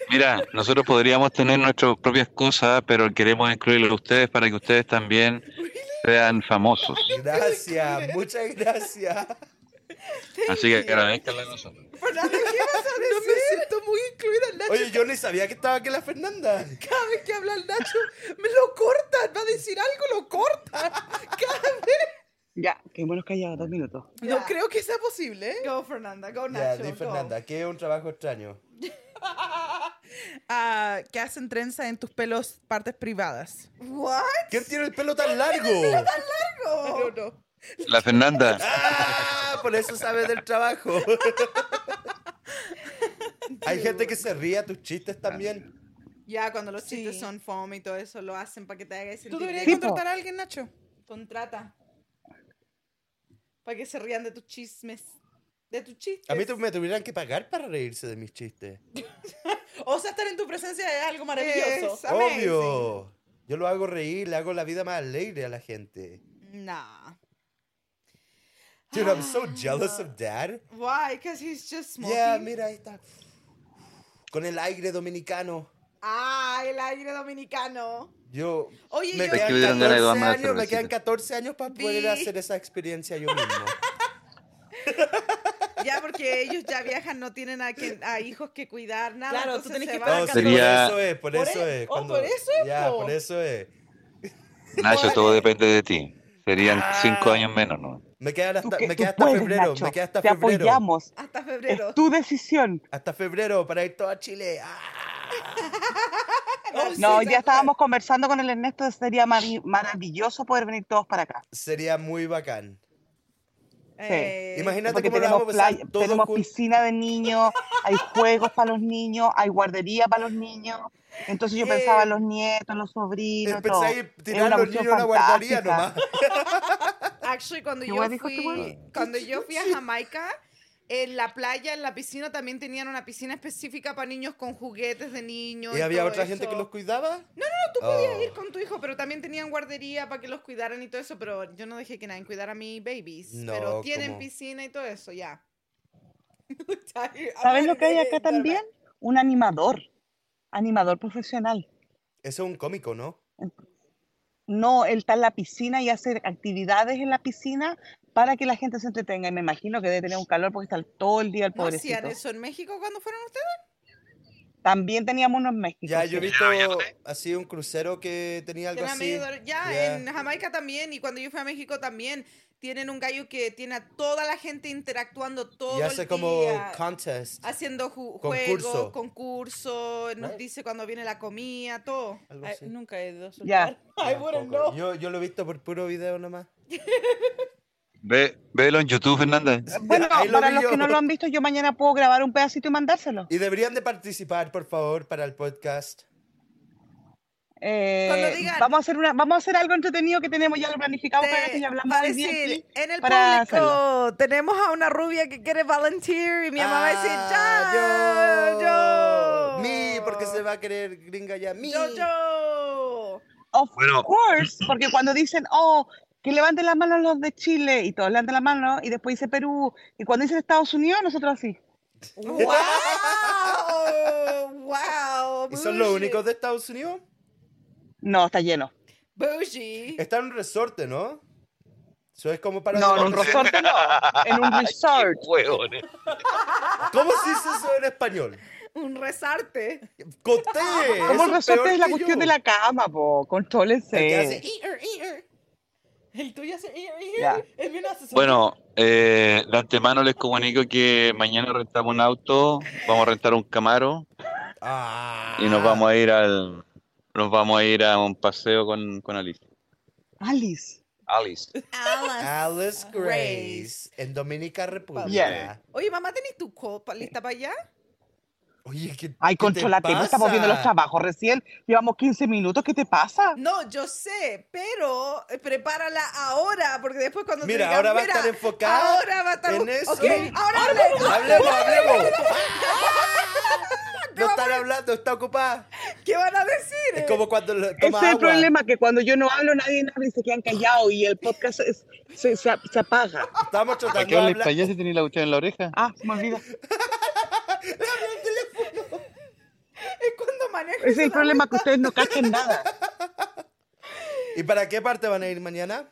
Mira, nosotros podríamos tener nuestras propias cosas, pero queremos incluirlo a ustedes para que ustedes también sean famosos.
Gracias, muchas gracias.
Así que agradezcanle a nosotros.
Fernanda, ¿qué vas a decir? No me siento muy incluida en
Oye, yo ni sabía que estaba aquí la Fernanda.
Cada vez que habla el Nacho, me lo cortan. Va a decir algo, lo cortan.
Ya, quedémonos callados dos minutos.
No creo que sea posible. ¿eh?
Go, Fernanda, go,
Ya,
Nacho.
di
go.
Fernanda, que es un trabajo extraño.
Ah, que hacen trenza en tus pelos, partes privadas.
What? Oh,
¿Quién tiene el pelo tan largo?
Go.
La Fernanda,
¡Ah! Por eso sabe del trabajo. Hay gente que se ríe a tus chistes también.
Ya, cuando los
Sí.
chistes son fome y todo eso, lo hacen para que te hagas sentir
¿Tú deberías
bien.
po.
contratar a alguien, Nacho?
Contrata. Para que se rían de tus chismes. De tus chistes.
A mí tu- me tuvieran que pagar para reírse de mis chistes.
O sea, estar en tu presencia es algo maravilloso.
Es amazing.
Obvio. Yo lo hago reír, le hago la vida más alegre a la gente.
Nah.
Dude, I'm so jealous of dad.
Why? Because he's just smoking.
Yeah, mira, ahí está. Con el aire dominicano.
Ah, el aire dominicano.
Yo.
Oye,
me
yo-
Es que
quedan,
me dieron ganas
14
de tomarme una
años, me quedan
cervecita.
14 años para poder
Vi.
hacer esa experiencia yo mismo.
Ya, porque ellos ya viajan, no tienen a, quien- a hijos que cuidar, nada.
Claro, tú
entonces
tenés
se
que
van
estar
a
No, sí,
acá.
Sería-
por eso es, por eso es.
Por e- oh, por eso es,
Ya,
po.
por eso es.
Nacho, todo depende de ti. Serían cinco años menos, ¿no?
Me queda
Tú
hasta,
que-
me
tú
queda hasta
puedes,
febrero,
Nacho.
me queda hasta
Te
febrero.
apoyamos.
hasta febrero.
Es tu decisión.
Hasta febrero para ir todo a Chile. ¡Ah!
No, ya estábamos conversando con el Ernesto, sería mari- maravilloso poder venir todos para acá.
Sería muy bacán.
Eh,
Imagínate
Porque
cómo la vamos
tenemos,
a pasar
playa-
todos
tenemos
juntos.
piscina de niños, hay juegos para los niños, hay guardería para los niños. Entonces yo pensaba en los nietos, los sobrinos, todo.
Empecé a ir
Es
tirar a
una
los
cuestión
niños a una guardería
fantástica.
nomás.
Actually, cuando
¿Qué
yo
guay dijo este
fui,
weón?
cuando yo fui a Jamaica, en la playa, en la piscina, también tenían una piscina específica para niños con juguetes de niños.
¿Y había
todo
otra gente que
eso.
los cuidaba? Oh. No,
Tú podías ir con tu hijo, pero también tenían guardería para que los cuidaran y todo eso, pero yo no dejé que nadie cuidara a mis babies.
No,
pero tienen
¿cómo?
piscina y todo eso, ya.
¿Sabes lo que hay acá también? Un animador, animador profesional.
Eso es un cómico, ¿no?
No, él está en la piscina y hace actividades en la piscina para que la gente se entretenga. Y me imagino que debe tener un calor porque está todo el día el
¿No hacían
pobrecito.
eso en México cuando fueron ustedes?
También teníamos uno en México.
Ya,
sí.
yo he visto así un crucero que tenía
Que
algo
eran
así.
medio- ya,
Yeah.
en Jamaica también, y cuando yo fui a México también, tienen un gallo que tiene a toda la gente interactuando todo
Y hace
el
como
día.
contest.
Haciendo ju-
Concurso.
juegos, concurso, nos
Right.
dice cuando viene la comida, todo.
Algo
Ay,
así.
nunca he ido a su
Ya.
lugar. I wouldn't know.
Yo, yo lo he visto por puro video nomás.
Ve, velo en YouTube, Fernanda.
Bueno,
Ahí lo
para
vi
los
yo.
que no lo han visto, yo mañana puedo grabar un pedacito y mandárselo.
Y deberían de participar, por favor, para el podcast.
Eh,
Cuando digan-
vamos a hacer una, vamos a hacer algo entretenido que tenemos ya lo planificamos para
Te-
que hablamos
va a
hoy día
decir,
aquí.
en el
para
público tenemos a una rubia que quiere volunteer y mi mamá va a decir,
Ah,
yo, yo.
¡Mi! Porque se va a querer gringa ya. ¡Mi!
Yo, yo.
Of
Bueno.
course, porque cuando dicen, oh, que levanten las manos los de Chile y todos levantan la mano y después dice Perú y cuando dicen Estados Unidos nosotros así.
¡Wow! ¡Wow!
¿Y son los
bougie.
únicos de Estados Unidos?
No, está lleno.
Bougie.
Está en un resorte, ¿no? Eso es como para...
No, en un resorte no, en un resort.
Hueones.
¿Cómo se dice eso en español?
Un resarte.
¡Coté!
Como
eso
resorte
peor
es la
que
cuestión
yo.
de la cama, po.
El que
Contrólense.
hace-
El tuyo hace ear, ear,
Ya.
el mío no hace sonido.
Bueno, eh, de antemano les comunico que mañana rentamos un auto, vamos a rentar un Camaro
Ah.
y nos vamos a ir al, nos vamos a ir a un paseo con, con Alice.
Alice.
Alice.
Alas.
Alice
Grace.
Grace en Dominica República.
Yeah.
Oye, mamá, ¿tenés tu copa lista para allá?
Oye, ¿qué,
Ay,
qué te
controlate, no estamos
pasa?
viendo los trabajos recién. Llevamos 15 minutos, ¿qué te pasa?
No, yo sé, pero eh, prepárala ahora, porque después cuando te
Mira,
digan,
ahora va a
"Mira,
estar enfocada
Ahora va a estar.
en eso.
Ok, ahora hablemos.
Hablemos, hablemos. No están hablando, está ocupada.
¿Qué van a decir?
Es como cuando
Eh,
lo-
Ese
toma
es el
agua.
problema, que cuando yo no hablo, nadie habla y se quedan callados y el podcast es- se, se- se apaga.
Estamos
¿Para
tratando
qué
de
hablas
hablar.
para allá si tenés la cuchara en la oreja?
Ah, se me olvida.
Es cuando manejas.
Ese es el problema, que ustedes no cachan nada.
¿Y para qué parte van a ir mañana?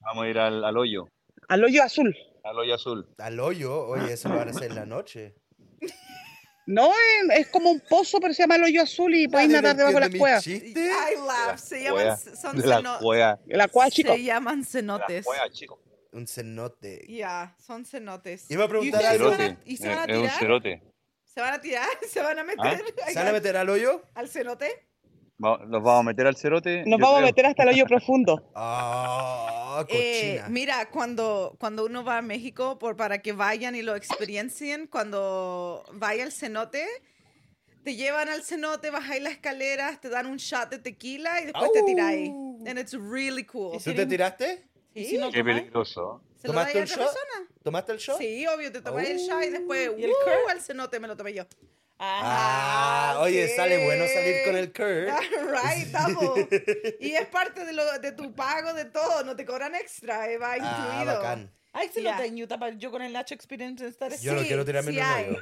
Vamos a ir al, al hoyo,
Al hoyo azul.
al hoyo azul.
Al hoyo. Oye, eso lo van a hacer en la noche.
No, em, es, es como un pozo, pero se llama el hoyo azul y podéis nadar debajo de las cuevas.
¿Chiste?
I love. Se llaman.
Cuea,
Son
de la
ceno-
cueva,
La cueva, chicos.
Se llaman
de la
cenotes.
cueva, chico.
Un
Ya,
cenote.
son cenotes.
Iba a preguntar
¿Y ustedes
algo.
se van a- ¿Y se van a
Eh, es un ¿Ah?
tirar?
cerote.
¿Se van a tirar? ¿Se van a meter
¿Se van a meter al hoyo?
al cenote?
Va- Nos vamos a meter al cerote.
Nos
yo
vamos a
creo.
meter hasta el hoyo profundo.
Ah,
Eh,
cochina.
mira, cuando, cuando uno va a México por, para que vayan y lo experiencien, cuando vaya al cenote, te llevan al cenote, bajáis las escaleras, te dan un shot de tequila y después te tiráis.
Au.
And it's really cool.
Sí,
¿Tú te tiraste?
¿Y si no
Qué
tomáis?
peligroso.
¿Se lo
¿Tomaste
dais a
un
otra
shot?
persona?
¿Tomaste el shot? Oh.
Sí, obvio, te tomáis el shot y después,
¿Y el
¡uh!
curd?
al cenote me lo tomé yo.
Ah,
Ah,
oye,
sí.
sale bueno salir con el curd.
Right, double. Y es parte de, lo, de tu pago, de todo, no te cobran extra, eh, va
Ah,
incluido.
bacán.
Ay, se
Ya.
lo tengo para yo con el Nacho Experience estar
Yo no
Sí,
quiero tirarme
sí
en un
hay.
hoyo.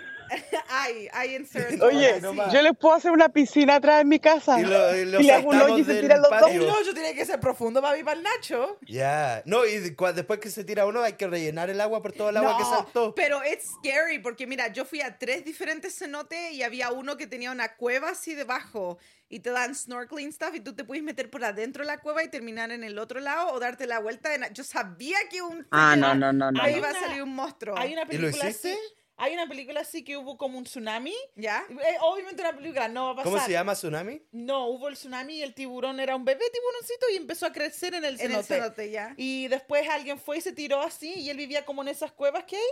Ay, ay, en Cerro
Oye,
Gordo, sí.
nomás.
yo les puedo hacer una piscina atrás en mi casa.
Y lo- y lo
le hago un
saltamos
hoyo y se
del
tiran los dos.
patio.
Un hoyo tiene que ser profundo para mí, para el Nacho.
Ya. No, y de- cua- después que se tira uno hay que rellenar el agua por todo el agua que
No,
saltó.
Pero it's scary porque mira, yo fui a tres diferentes cenotes y había uno que tenía una cueva así debajo y te dan snorkeling stuff y tú te puedes meter por adentro de la cueva y terminar en el otro lado o darte la vuelta. en- Yo sabía que un
Ah, no, no, no, no.
ahí
no.
iba a
Hay una-
salir un monstruo.
Hay una
Ah, ¿Y lo
película así-
hiciste?
Hay una película así que hubo como un tsunami.
¿Ya?
Eh, obviamente una película no va a pasar.
¿Cómo se llama tsunami?
No, hubo el tsunami y el tiburón era un bebé tiburoncito y empezó a crecer en el
En
cenote.
el cenote, ya.
Y después alguien fue y se tiró así y él vivía como en esas cuevas que hay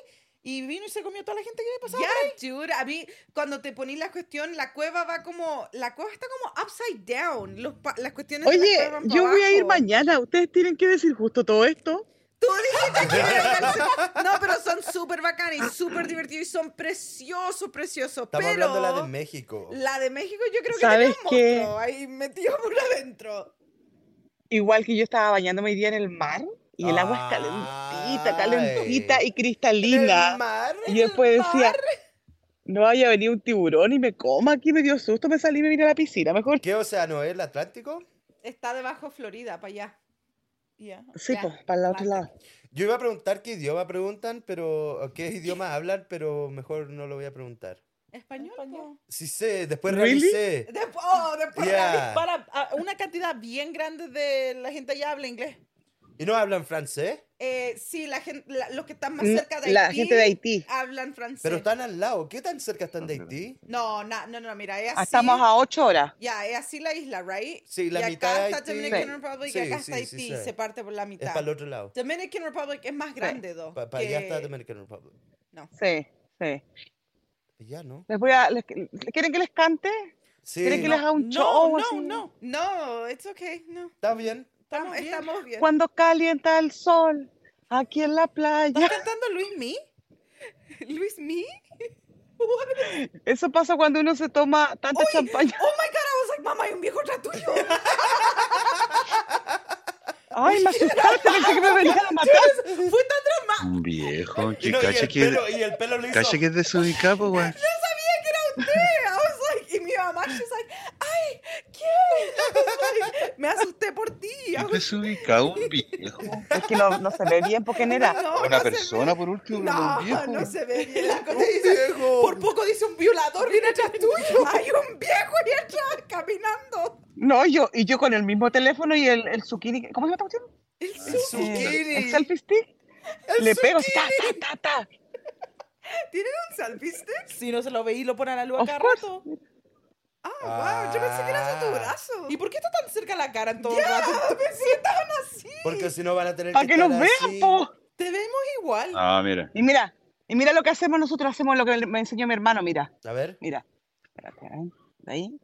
y vino y se comió a toda la gente que había pasado.
Ya, dude, a mí cuando te ponís la cuestión, la cueva va como, la cueva está como upside down. Los pa- las cuestiones de la
Oye,
cueva van pa'
yo voy a ir
abajo.
mañana. Ustedes tienen que decir justo todo esto.
Tú dijiste que iba a ir al sur. No, pero son súper bacanes, súper divertidos y son preciosos, preciosos.
Estamos
pero
hablando de la de México.
la de México yo creo que
¿Sabes
tenía un
qué?
monstruo ahí metido por adentro.
Igual que yo estaba bañándome hoy día en el mar y el agua es calentita, calentita y cristalina.
El mar.
Y yo después decía, no vaya a venir un tiburón y me coma aquí, me dio susto, me salí y me vine a la piscina, mejor.
¿Qué océano es? ¿El Atlántico?
Está debajo Florida, para allá.
Ya.
Sí,
Ya,
pues, para el otro lado.
Yo iba a preguntar qué idioma preguntan, pero o qué idioma hablan, pero mejor no lo voy a preguntar.
Español. po.
Sí sé, después
¿Really?
realicé.
Después, oh, después
Ya.
Para ah, una cantidad bien grande de la gente allá habla inglés.
¿Y no hablan francés?
eh, sí, la gente, la- los que están más
Mm,
cerca de Haití,
La gente de Haití.
hablan francés.
Pero están al lado. ¿Qué tan cerca están de Haití?
No, na- no, no, mira, es así.
Ah, Estamos a ocho horas.
Ya, es así la isla, right?
Sí, la
y acá
mitad de
está
Haití.
Dominican
Sí.
Republic
Sí,
y acá está
sí,
Haití,
sí sé.
se parte por la mitad.
Es para el otro lado.
Dominican Republic es más grande, dos.
Para allá está Dominican Republic.
Sí, sí.
Ya no.
Les voy a, les- ¿Quieren que les cante?
Sí,
¿Quieren que les haga un show?
No, no,
así?
no.
No, it's okay, no.
está bien.
Estamos,
Estamos bien.
estamos bien.
Cuando calienta el sol, aquí en la playa.
¿Estás cantando Luis Mi?
Luis Me?
Eso pasa cuando uno se toma tanta champaña.
Oh my god, I was like, mamá, hay un viejo atrás tuyo.
Ay, me asustaste, pensé que me venían a matar.
Fue tan
Un viejo,
Y,
que
no, y,
cacha
el
que,
pelo, y el pelo lo hizo.
cacha que es desubicado, po, weón.
Yo sabía que era usted. I was like, y mi mamá, she's like, ay, ¿qué Me asusté por ti.
¿Y te subica un viejo?
Es que no, no se ve bien por quién era.
¿A
No,
una
no se
persona, por último?
ve-
pero
No,
un viejo?
no se ve bien la cosa.
¡Un viejo!
Por poco dice un violador viene atrás tuyo. Hay "Oh". un viejo ahí atrás caminando.
No, yo, y yo con el mismo teléfono y el, el zucchini. ¿Cómo se llama esta cuestión? Eh,
¡El zucchini!
El selfie stick. Le pego, ta, ta, ta, ta.
¿Un salpiste?
Si no se lo ve y lo pone a la luz a
Of
cada
course.
rato.
Ah, wow. Yo pensé que era su
Ah.
brazo.
¿Y por qué está tan cerca la cara en todo
Ya,
el rato?
pensé que estaban así.
Porque si no van a tener
Para que nos
estar
vean,
así.
po.
Te vemos igual.
Ah, mira.
Y mira, y mira lo que hacemos nosotros, hacemos lo que le- me enseñó mi hermano, mira,
A ver.
mira. Espérate, a ver, de ahí.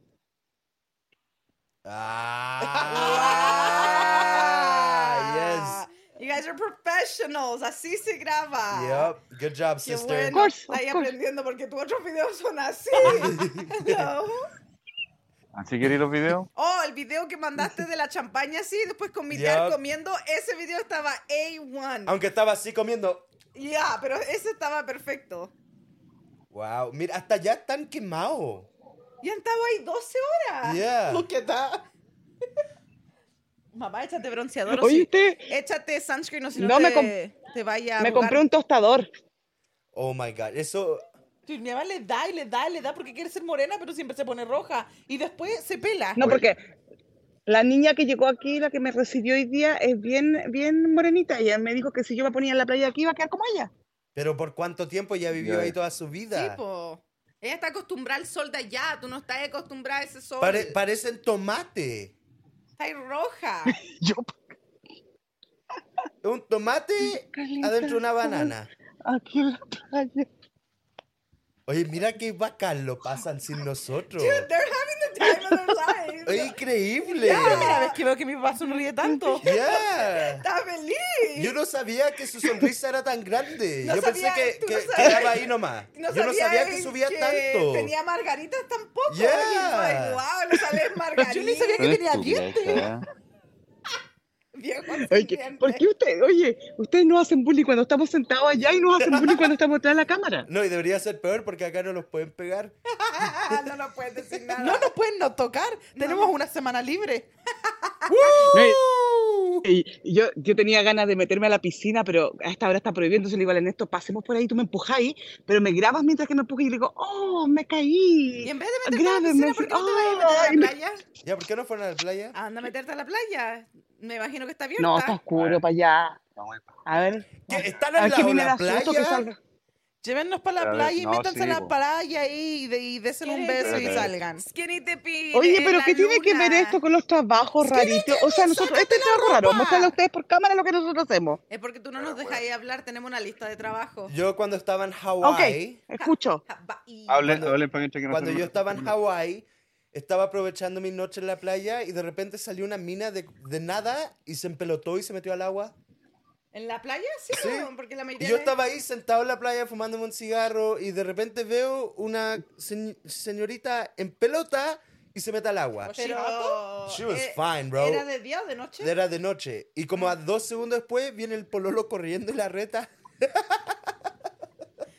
Ah,
You guys are professionals. Así se graba.
yes. Yep. Good job,
Qué
sister.
bueno,
Of course, of
ahí
course.
aprendiendo porque tus otros videos son así. Hello.
¿Así queréis los videos?
Oh, el video que mandaste de la champaña así, después con mi
Ya. Ah.
dad comiendo, ese video estaba A1.
Aunque estaba así comiendo.
Ya, pero ese estaba perfecto.
Wow. Mira, hasta ya están quemados.
Y han estado ahí 12 horas.
Yeah.
Look at that.
Mamá, échate bronceador o si-
Oíste,
échate sunscreen o si no,
No, me
te, te vaya a
me
ahogar.
compré un tostador.
Oh my god. Eso.
Tu mamá le da y le da y le da porque quiere ser morena, pero siempre se pone roja. Y después se pela.
No, porque la niña que llegó aquí, la que me recibió hoy día, es bien, bien morenita. Ella me dijo que si yo me ponía en la playa aquí iba a quedar como ella.
Pero por cuánto tiempo ya vivió
Ya.
ahí toda su
Sí,
vida.
po. Ella está acostumbrada al sol de allá, tú no estás acostumbrada a ese sol.
Pare- parecen tomate.
Está ahí roja.
Yo,
Es Un tomate
Carlita,
adentro de una
¿cómo?
banana.
aquí en la playa.
Oye, mira qué bacán lo pasan sin nosotros.
They're having the time of their lives.
Es increíble.
Es la primera vez que veo que mi papá sonríe tanto.
Yeah.
Está feliz.
Yo no sabía que su sonrisa era tan grande.
No
Yo pensé
sabía,
que,
tú no
que
sabías.
quedaba ahí nomás. Yo no sabía que subía tanto.
Tenía margaritas tampoco.
Yeah.
Y yo, wow, no sabes margaritas.
Yo ni sabía que
¿Dónde
tenía
estuve
dientes.
acá?
Viejo
Oye, que-
sonriente.
¿por qué usted, oye, ustedes nos hacen bullying cuando estamos sentados allá y nos hacen bullying cuando estamos detrás de la cámara?
No, y debería ser peor porque acá no los pueden pegar.
Ah, no nos puedes decir nada.
No nos pueden no tocar. Tenemos una semana libre.
No, Y y yo, yo tenía ganas de meterme a la piscina, pero a esta hora está prohibido. Entonces le digo al Ernesto, pasemos por ahí, tú me empujáis, pero me grabas mientras que me empujas y le digo, oh, me
Y
caí.
en vez de meterte a la
Grábenme,
piscina, ¿por qué no te
sí.
vas a meter a
Ay,
la
me-
playa?
¿Ya por qué no fueron a la playa?
Ah,
Anda a meterte a la playa. Me imagino que está abierta.
No, está oscuro para allá.
Vamos a ir pa-
A ver,
ah.
¿Qué, ¿Están al
a ver Ah, que
lado de
viene el
la
asunto que
playa?
salga.
Llévennos para la
Pero a ver,
playa y
no,
métanse a
sí,
la
po.
playa ahí y, de- y desen un beso y
Pero-
salgan.
Skinny dipping.
Oye,
en
pero
la
¿qué tiene que ver
luna.
esto con los trabajos raritos? O sea, nosotros, este es trabajo raro, mostrarle a ustedes por cámara lo que nosotros hacemos.
Es porque
Ah,
tú no nos dejáis hablar, tenemos una lista de trabajo.
Yo cuando estaba en
Ok,
Hawái,
escucho.
Ja, va- y-
Hablen,
Cuando-
hablen para que entre que
cuando
nosotros
yo
no-
estaba en Hawái, estaba aprovechando mi noche en la playa y de repente salió una mina de, de nada y se empelotó y se metió al agua.
¿En la playa? Sí,
Sí.
no, porque la
Y
mayoría.
yo
de-
estaba ahí sentado en la playa fumándome un cigarro y de repente veo una se- señorita en pelota y se mete al agua.
Pero.
She was
eh,
fine, bro.
¿Era de día o de noche? Ah.
Era de noche. Y como a dos segundos después viene el pololo corriendo y la reta.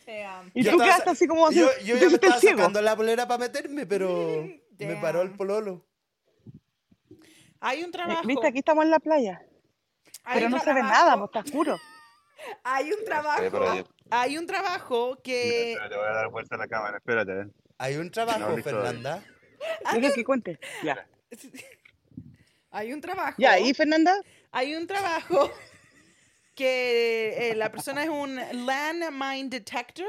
Damn.
Y
Yo
tú
estaba
quedaste
sa-
así como así.
Yo, yo ya me
hiciste el
estaba
ciego.
sacando la polera para meterme, pero me paró el
Damn.
pololo.
Hay un trabajo.
Eh, Viste, aquí estamos en la playa.
Hay
Pero
un
no se ve
trabajo-
nada, pues está oscuro.
Hay un
Espérate,
trabajo.
espérate,
Hay un trabajo que.
espérate, voy a dar vuelta a la cámara, espérate. eh.
Hay un trabajo,
No, listo.
Fernanda.
Deja que cuente. Ya.
Hay un trabajo.
Ya, ¿y Fernanda?
Hay un trabajo que eh, la persona es un landmine detector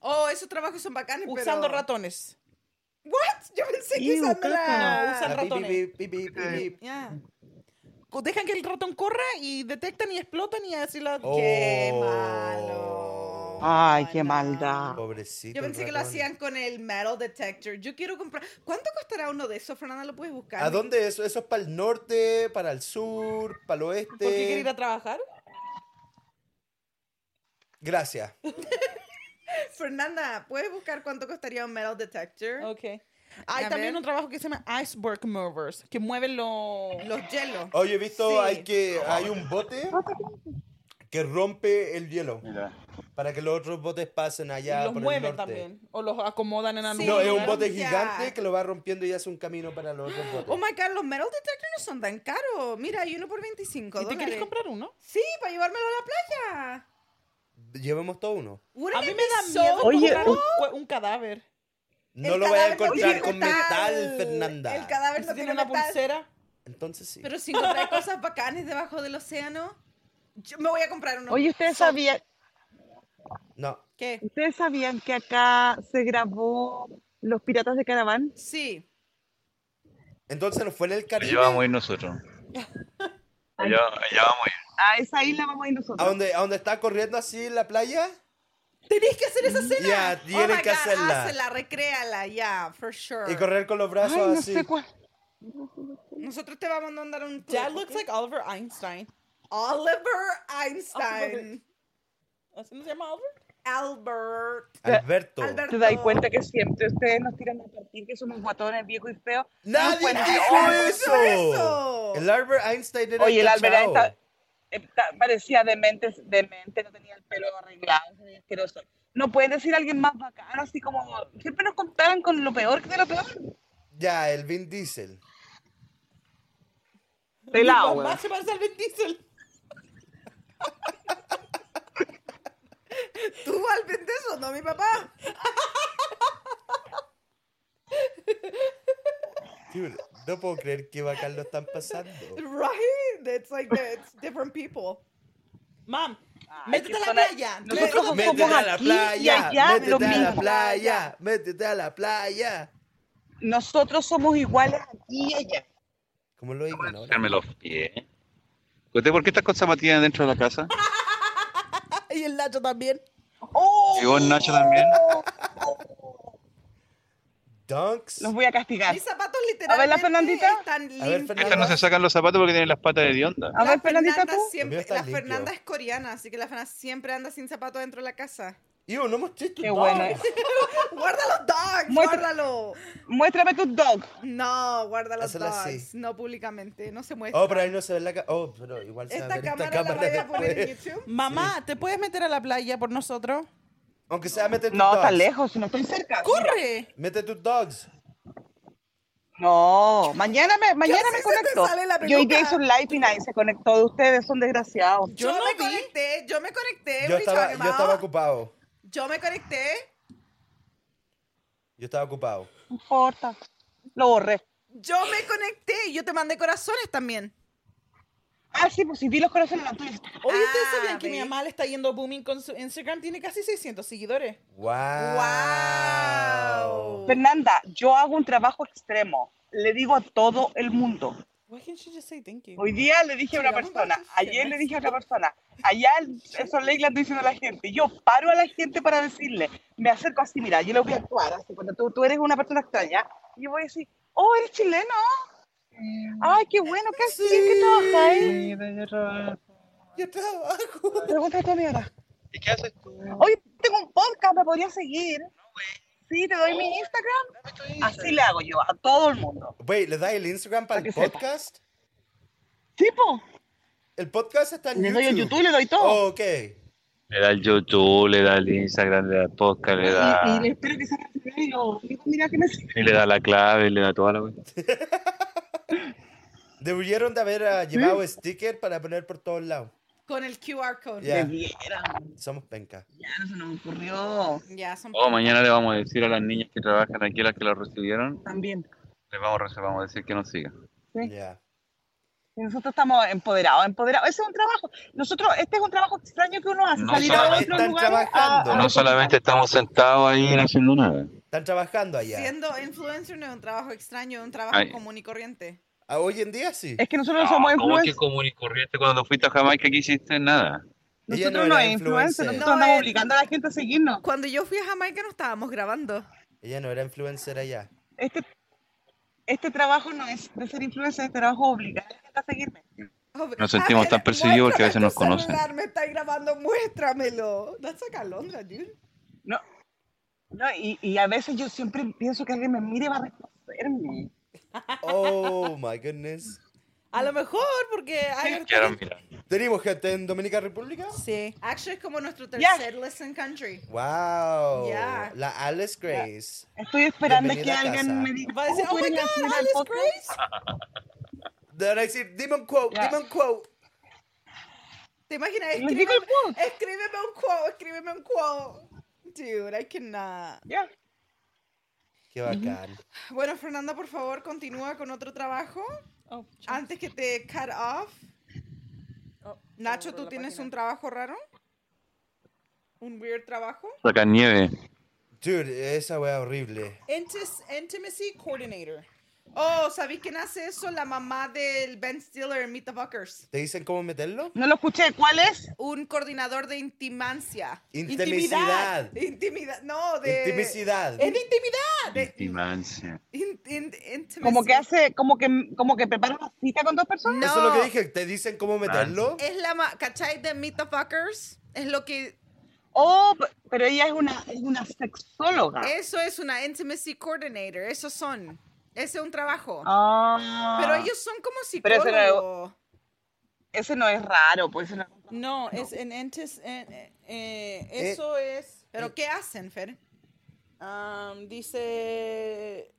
Oh, esos trabajos son bacanes, pero-
usando ratones.
What? Yo pensé que
Ew,
usando la...
caca.
No, usan
La pi, pi,
ratones.
pi, pi, pi, pi, pi.
Ya.
Co- Dejan que el ratón corra y detectan y explotan y así la.
Oh.
Qué malo.
Ay, qué
no.
maldad.
Oh, Pobrecito.
Yo
el
pensé que lo
ratón.
hacían con el metal detector. Yo quiero comprar... ¿Cuánto costará uno de esos, Fernanda? ¿Lo puedes buscar?
¿A dónde eso? Eso es para el norte, para el sur, para el oeste.
¿Por qué quiere ir a trabajar?
Gracias.
Fernanda, ¿puedes buscar cuánto costaría un metal detector?
Ok. Hay
A
también
ver.
un trabajo que se llama Iceberg Movers, que mueven los.
Los hielos.
Oye, he visto
Sí.
hay que hay un bote que rompe el hielo.
Mira,
para que los otros botes pasen allá.
los
por el
mueven
norte.
también. O los acomodan en algún
Sí,
no, es un
lugar.
bote
ya.
gigante que lo va rompiendo y hace un camino para los otros botes.
Oh my god, los metal detectors no son tan caros. Mira, hay uno por 25
¿Y te
dólares.
quieres comprar uno?
Sí, para llevármelo a la playa.
Llevemos todo uno.
A
Wouldn't
mí
it
me da
be so
miedo
Oye,
comprar un, cue- un cadáver.
No
El
lo voy a
cadáver no
encontrar
tiene
con
metal.
metal, Fernanda.
El cadáver
Si
no
tiene
tiene
una
metal.
pulsera.
Entonces sí.
Pero si encontráis cosas bacanes debajo del océano, yo me voy a comprar uno.
Oye, ¿ustedes
So-
sabían,
No.
¿Qué?
¿ustedes sabían que acá se grabó Los Piratas de Caraván?
Sí.
Entonces no fue en el Caribe.
Allá vamos a ir nosotros. Allá, allá vamos a ir.
A esa isla vamos a ir
¿A
nosotros.
donde, a donde está corriendo así en la playa?
Tenéis que hacer esa cena.
Ya,
oh
tienen
my
que
God,
hacerla.
Hazla, recréala, ya, for sure.
Y correr con los brazos
Ay, no
así.
sé cuál.
Nosotros te vamos a mandar un clip,
Dad
¿ok?
looks like Oliver Einstein.
Oliver Einstein.
¿Así no se llama Oliver?
Albert.
Alberto.
Alberto.
¿Te dais cuenta que siempre ustedes nos tiran a partir que somos guatones viejos y feos?
¡Nadie
Bueno,
dijo
no,
eso!
eso.
El Albert Einstein era
Oye, el Albert
cachao.
Einstein está- parecía demente, demente, no tenía el pelo arreglado, se veía asqueroso. No pueden decir a alguien más bacano, así como siempre nos contaban con lo peor que de lo peor.
Ya, el Vin Diesel.
Pelado,
Mi
weón.
mamá se parece al Vin Diesel.
¿Tú al de eso, no mi papá?
Dude, no puedo creer que bacán lo están pasando.
Right? It's like, the- it's different people.
Mam,
Ay,
métete a
que
la
son a-
playa.
Nosotros somos
Métete a la
aquí y
playa,
allá lo
métete a la
mismo.
playa, métete a la playa.
Nosotros somos iguales aquí y allá.
¿Cómo lo digo? ahora?
Quitarme los pies. Conté, ¿por qué estás con zapatillas dentro de la casa?
Y el Nacho también.
¡Oh!
¿Y vos, Nacho, también?
Dunks.
Los voy a castigar.
Mis zapatos
A ver,
literalmente
la Fernandita.
están
A ver,
limpios.
Estas no se
Fernanda.
sacan los zapatos porque tienen las patas de dionda.
A ver,
La Fernanda
Fernandita, tú.
siempre-
El mío está
la
limpio.
Fernanda es coreana, así que la Fernanda siempre anda sin zapatos dentro de la casa.
Yo, no hemos hecho
Qué
dunks.
buena.
¡Guarda los dogs!
Muestra-
¡Guárdalo!
Muéstrame tu dog.
No, guarda los
Hazla
dogs.
así.
No públicamente, no se muestra.
Oh, pero ahí no se ve la cámara. Oh, pero igual se va
esta
a ver esta
cámara,
cámara.
la voy a poner en
después.
YouTube.
Mamá, ¿te puedes meter a la playa por nosotros?
Aunque sea, mete tus
No,
dogs.
está lejos, no estoy cerca.
¡Corre!
Mete tus dogs.
No, mañana me, mañana
sé
me
si te
conecto.
sale la
Yo hoy
peluca?
día hice un live y nadie se conectó de ustedes, son desgraciados.
Yo,
Yo no
me
vi.
conecté, yo me conecté. what
Yo
are you
estaba,
talking
yo estaba
about?
ocupado.
Yo me conecté.
Yo estaba ocupado.
No importa. Lo borré.
Yo me conecté. Yo te mandé corazones también.
Ah, sí, pues si vi los corazones en la tuya.
Oye, ¿ustedes
Ah,
sabían que mi
¿ves?
mamá le está yendo booming con su Instagram? Tiene casi 600 seguidores.
Wow.
Fernanda, yo hago un trabajo extremo. Le digo a todo el mundo.
Why can't she just say thank you?
Hoy día le dije a una persona, ayer le dije a otra persona, allá en esos leyes le estoy diciendo a la gente. Yo paro a la gente para decirle, me acerco así, mira, yo le voy a actuar así. Cuando tú, tú eres una persona extraña, yo voy a decir, oh, eres chileno.
Mm.
Ay, qué bueno, qué así, qué trabajas. eh?".
Yo trabajo.
Pregunta a tu amiga.
¿Y qué haces tú?
Oye, tengo un podcast, ¿me podrías seguir? Sí, te doy mi Instagram. Así le hago yo a todo el mundo.
Wait, ¿le da el Instagram para
Para
el
que sepa.
podcast?
Tipo,
El podcast está en
le
YouTube.
doy el YouTube, le doy todo.
Oh, ok.
Le da el YouTube, le da el Instagram, le da el podcast, le da...
Y, y le espero que se reciba y lo digo, mira que me sigue.
Y le da la clave, le da toda la cuestión.
Debieron de haber ah, llevado sticker para poner por todos lados.
Con el QR code.
Ya,
Debieran,
somos penca.
ya no se nos ocurrió.
Ya, son
Oh, mañana le vamos a decir a las niñas que trabajan aquí, las que lo recibieron,
También.
les vamos a, rece- vamos a decir que nos sigan.
Ya.
Sí. Y Nosotros estamos empoderados, empoderados. Ese es un trabajo. Nosotros, este es un trabajo extraño que uno hace.
No
salir a
solamente
otros
están
lugares. a-
trabajando,
a-
No solamente estamos sentados ahí no haciendo nada.
Están trabajando allá.
Siendo influencer no es un trabajo extraño, es un trabajo
Ay.
común y corriente.
Ah, Hoy en día sí.
Es que nosotros no somos
Ah, ¿Cómo es que
influencers.
común y corriente cuando fuiste a Jamaica que hiciste nada?
Ella
Nosotros
no
no
era
es influencer.
influencer.
Nosotros
No,
andamos
es-
obligando a la gente a seguirnos.
Cuando yo fui a Jamaica no estábamos grabando.
Ella no era influencer allá.
este, este trabajo no es de ser influencer, este trabajo obliga a la gente a seguirme.
Nos sentimos tan perseguidos porque a veces nos
muéstrame tu
conocen.
celular, Me está grabando, muéstramelo. That's like Alondra, dude.
No, no y, y a veces yo siempre pienso que alguien me mire y va a reconocerme.
Oh my goodness.
A lo mejor, porque hay
Quiero
harta-
mirar.
¿Tenemos gente en Dominica República?
Sí.
Actually, es como nuestro
Ya.
tercer listen country.
¡Wow!
Ya.
La Alice Grace.
Estoy esperando que
Bienvenida a casa.
alguien me diga.
Va a decir,
"Oh,
oh my
¿pueden hacer
god,
el
Alice
podcast?".
Grace.
Te van a decir, dime un quote,
Ya.
dime un quote.
¿Te imaginas?
Les digo el
Escríbeme,
quote.
escríbeme un quote, escríbeme un quote. Dude, I cannot.
Ya.
Qué bacán.
Bueno, Fernanda, por favor, continúa con otro trabajo
Oh,
antes que te cut off.
oh,
Nacho,
se
¿tú
borró la
tienes
página.
un trabajo raro? ¿Un weird trabajo?
Saca nieve.
Dude, esa wea horrible.
Intis- Intimacy coordinator.
Oh, ¿sabéis quién hace eso? La mamá del Ben Stiller en Meet the Buckers.
¿Te dicen cómo meterlo?
No lo escuché. ¿Cuál es?
Un coordinador de intimancia.
Intimicidad.
Intimidad. No, de.
Intimicidad.
Es de intimidad.
Ah,
Intimancia.
in- in- intimacy.
Como que hace, como que, como que prepara una cita con dos personas.
Eso es lo
No. Ah,
que dije. ¿Te dicen cómo meterlo?
Es la. ma- ¿Cachai? De Meet the Fuckers. Es lo que.
Oh, pe- pero ella es una, es una sexóloga.
Eh,
Eso es una intimacy coordinator. Esos son. Ese es un trabajo.
Ah.
Pero ellos son como
Pero ese no es-
psicólogos.
Ese no es raro, pues. ese no-
No, es en intis... en- eh, eh, eso es...
¿Pero qué hacen, Fer?
Um, dice.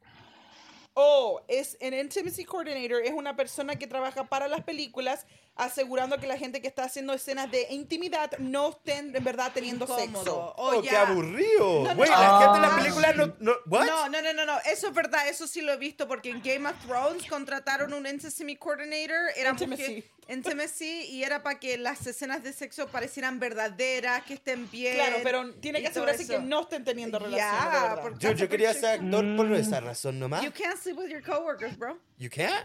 Oh, es an intimacy coordinator. Es una persona que trabaja para las películas, asegurando que la gente que está haciendo escenas de intimidad no estén en verdad teniendo
Incómodo.
sexo.
Oh,
Oh,
qué
ya.
aburrido.
No, no,
Güey,
no.
la gente en las
Ah.
películas no. no ¿What?
No, no, no, no, no, eso es verdad, eso sí lo he visto porque en Game of Thrones contrataron un intimacy coordinator, era
Intimacy.
Mujer, intimacy y era para que las escenas de sexo parecieran verdaderas, que estén bien.
Claro, pero tiene
Eh, y
que
todo
asegurarse
eso.
que no estén teniendo
Ya,
relaciones. de verdad.
porque-
Dude, yo quería ser actor por esa razón nomás.
You can't sleep with your coworkers, bro.
You can't?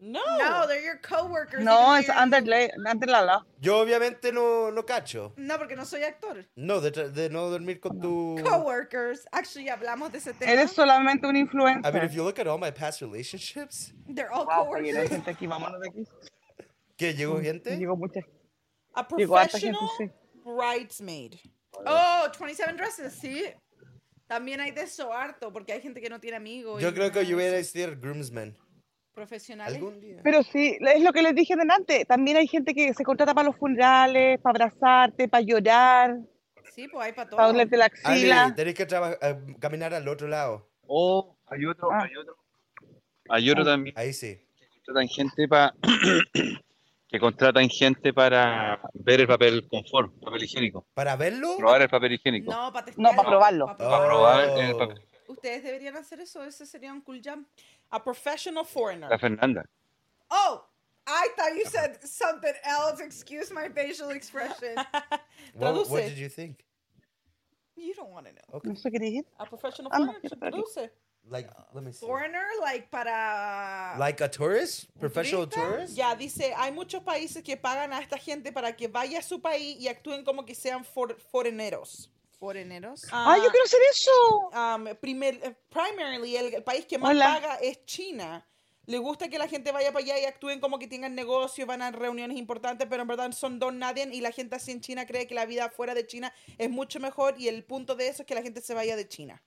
No.
No, they're your coworkers.
No,
even
es
though you're-
under, la- under la law.
Yo obviamente no, no cacho.
No, porque no soy actor.
No, de, tra- de no dormir con tu...
Coworkers, actually hablamos de ese tema.
Eres solamente un
I mean, if
influencer.
you look at all my past relationships,
They're all
Wow, oye, la
coworkers.
gente aquí, vámonos de aquí.
que llegó gente.
Llegó mucha
A
Llegó harta gente,
professional bridesmaid.
Oh, 27 dresses, sí. También hay de eso harto porque hay gente que no tiene amigos.
Yo
y
creo
nada
que
de
yo voy
eso.
a ser groomsman.
profesionales.
Algún día.
Pero sí, es lo que les dije delante. También hay gente que se contrata para los funerales, para abrazarte, para llorar,
Sí, pues hay para
para
todo.
doblarte la
Ali,
axila.
tenés que traba- eh, caminar al otro lado.
Oh, hay otro,
Ah.
hay otro. Hay
Ah.
otro también
Ahí sí.
que contratan gente para que contratan gente para ver el papel confort, papel higiénico,
¿Para verlo? Oh.
probar el papel higiénico.
No, para testar.
No, para probarlo.
Para probar el papel.
Ustedes deberían hacer eso, ese sería un cool jam.
A professional foreigner.
Ah.
La Fernanda.
Oh, I thought you said something else. Excuse my facial expression.
What, what
Traduce.
did you think?
You don't want to know.
No sé qué decir.
A professional
Ah, no,
foreigner.
yo
se
creo que-
traduce.
Like, let me see.
Foreigner, like para.
Like a tourist? Professional
turista?
tourist?
Ya, dice, hay muchos países que pagan a esta gente para que vaya a su país y actúen como que sean for- foreigneros.
Foreigneros.
Ah,
¡Ay, yo quiero hacer eso!
um, primer, eh, primarily, el, el país que más
Hola.
paga es China. Le gusta que la gente vaya para allá y actúen como que tengan negocios, van a reuniones importantes, pero en verdad son don nadie y la gente así en China cree que la vida fuera de China es mucho mejor y el punto de eso es que la gente se vaya de China.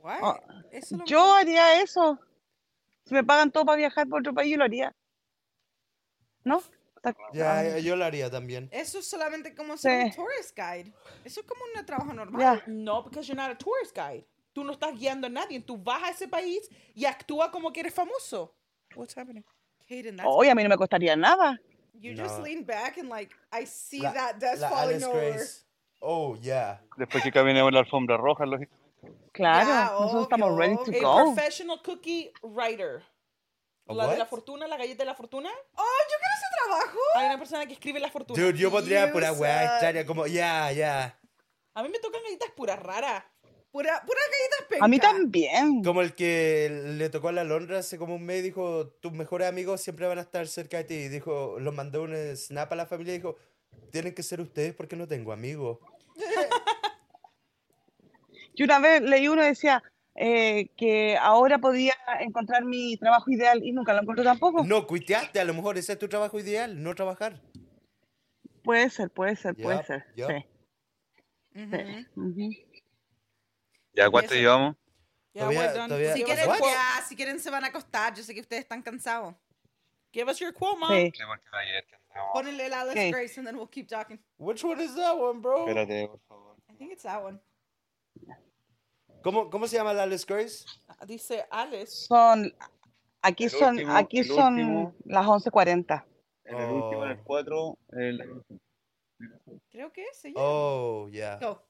What?
Ah,
Eso lo-
Yo haría eso. Si me pagan todo para viajar por otro país, yo lo haría. ¿No? Está-
Ya, yo lo haría también.
Eso es solamente como ser
Sí.
un tourist guide. Eso es como un trabajo normal.
Ya.
No, porque you're not a tourist guide. Tú no estás guiando a nadie, tú vas a ese país y actúa como que eres famoso. What's happening?
Kaden,
Oh,
that's
Oye, a mí no me costaría nada.
You just
No.
lean back and like I see
La-
that desk
la
falling
Alice
over.
Grace. Oh, yeah.
Después que caminemos la alfombra roja, lógico.
Claro,
Ya,
nosotros estamos
obvio,
ready to
obvio.
A
go.
professional cookie writer.
A
La de la
what?
fortuna, la galleta de la fortuna.
Oh, yo quiero ese trabajo.
Hay una persona que escribe la fortuna.
Dude, yo podría
You
pura weá
suck.
extraña como, ya, ya.
A mí me tocan galletas puras raras.
Pura, pura galletas pencas.
A mí también.
Como el que le tocó a la Londra hace como un mes y dijo, tus mejores amigos siempre van a estar cerca de ti. Y dijo, lo mandó un eh, snap a la familia y dijo, tienen que ser ustedes porque no tengo amigos.
Yo una vez leí uno y decía eh, que ahora podía encontrar mi trabajo ideal y nunca lo encontré tampoco.
No, cuiteaste, a lo mejor ese es tu trabajo ideal, no trabajar.
Puede ser, puede ser,
Ya,
puede ser.
ya.
Sí,
Ujú.
ujú.
¿Ya cuánto
Eso.
llevamos?
Todavía- todavía-
Si
¿Qué
quieren,
pasó?
ya, si quieren se van a acostar. Yo sé que ustedes están cansados.
Give us your quote, mom.
Sí.
Sí, porque ayer tendremos-
Pon el helado
Okay.
Grace and then we'll keep talking.
Which one is that one, bro?
Espérate, por favor.
I think it's that one.
¿Cómo, ¿Cómo se llama la Alice Grace?
Dice Alice.
Son, aquí
El
son,
último,
aquí
el
son
último.
las 11.40.
En el último, en el
Oh.
4, el...
Creo que es ella.
Oh, yeah.
Go.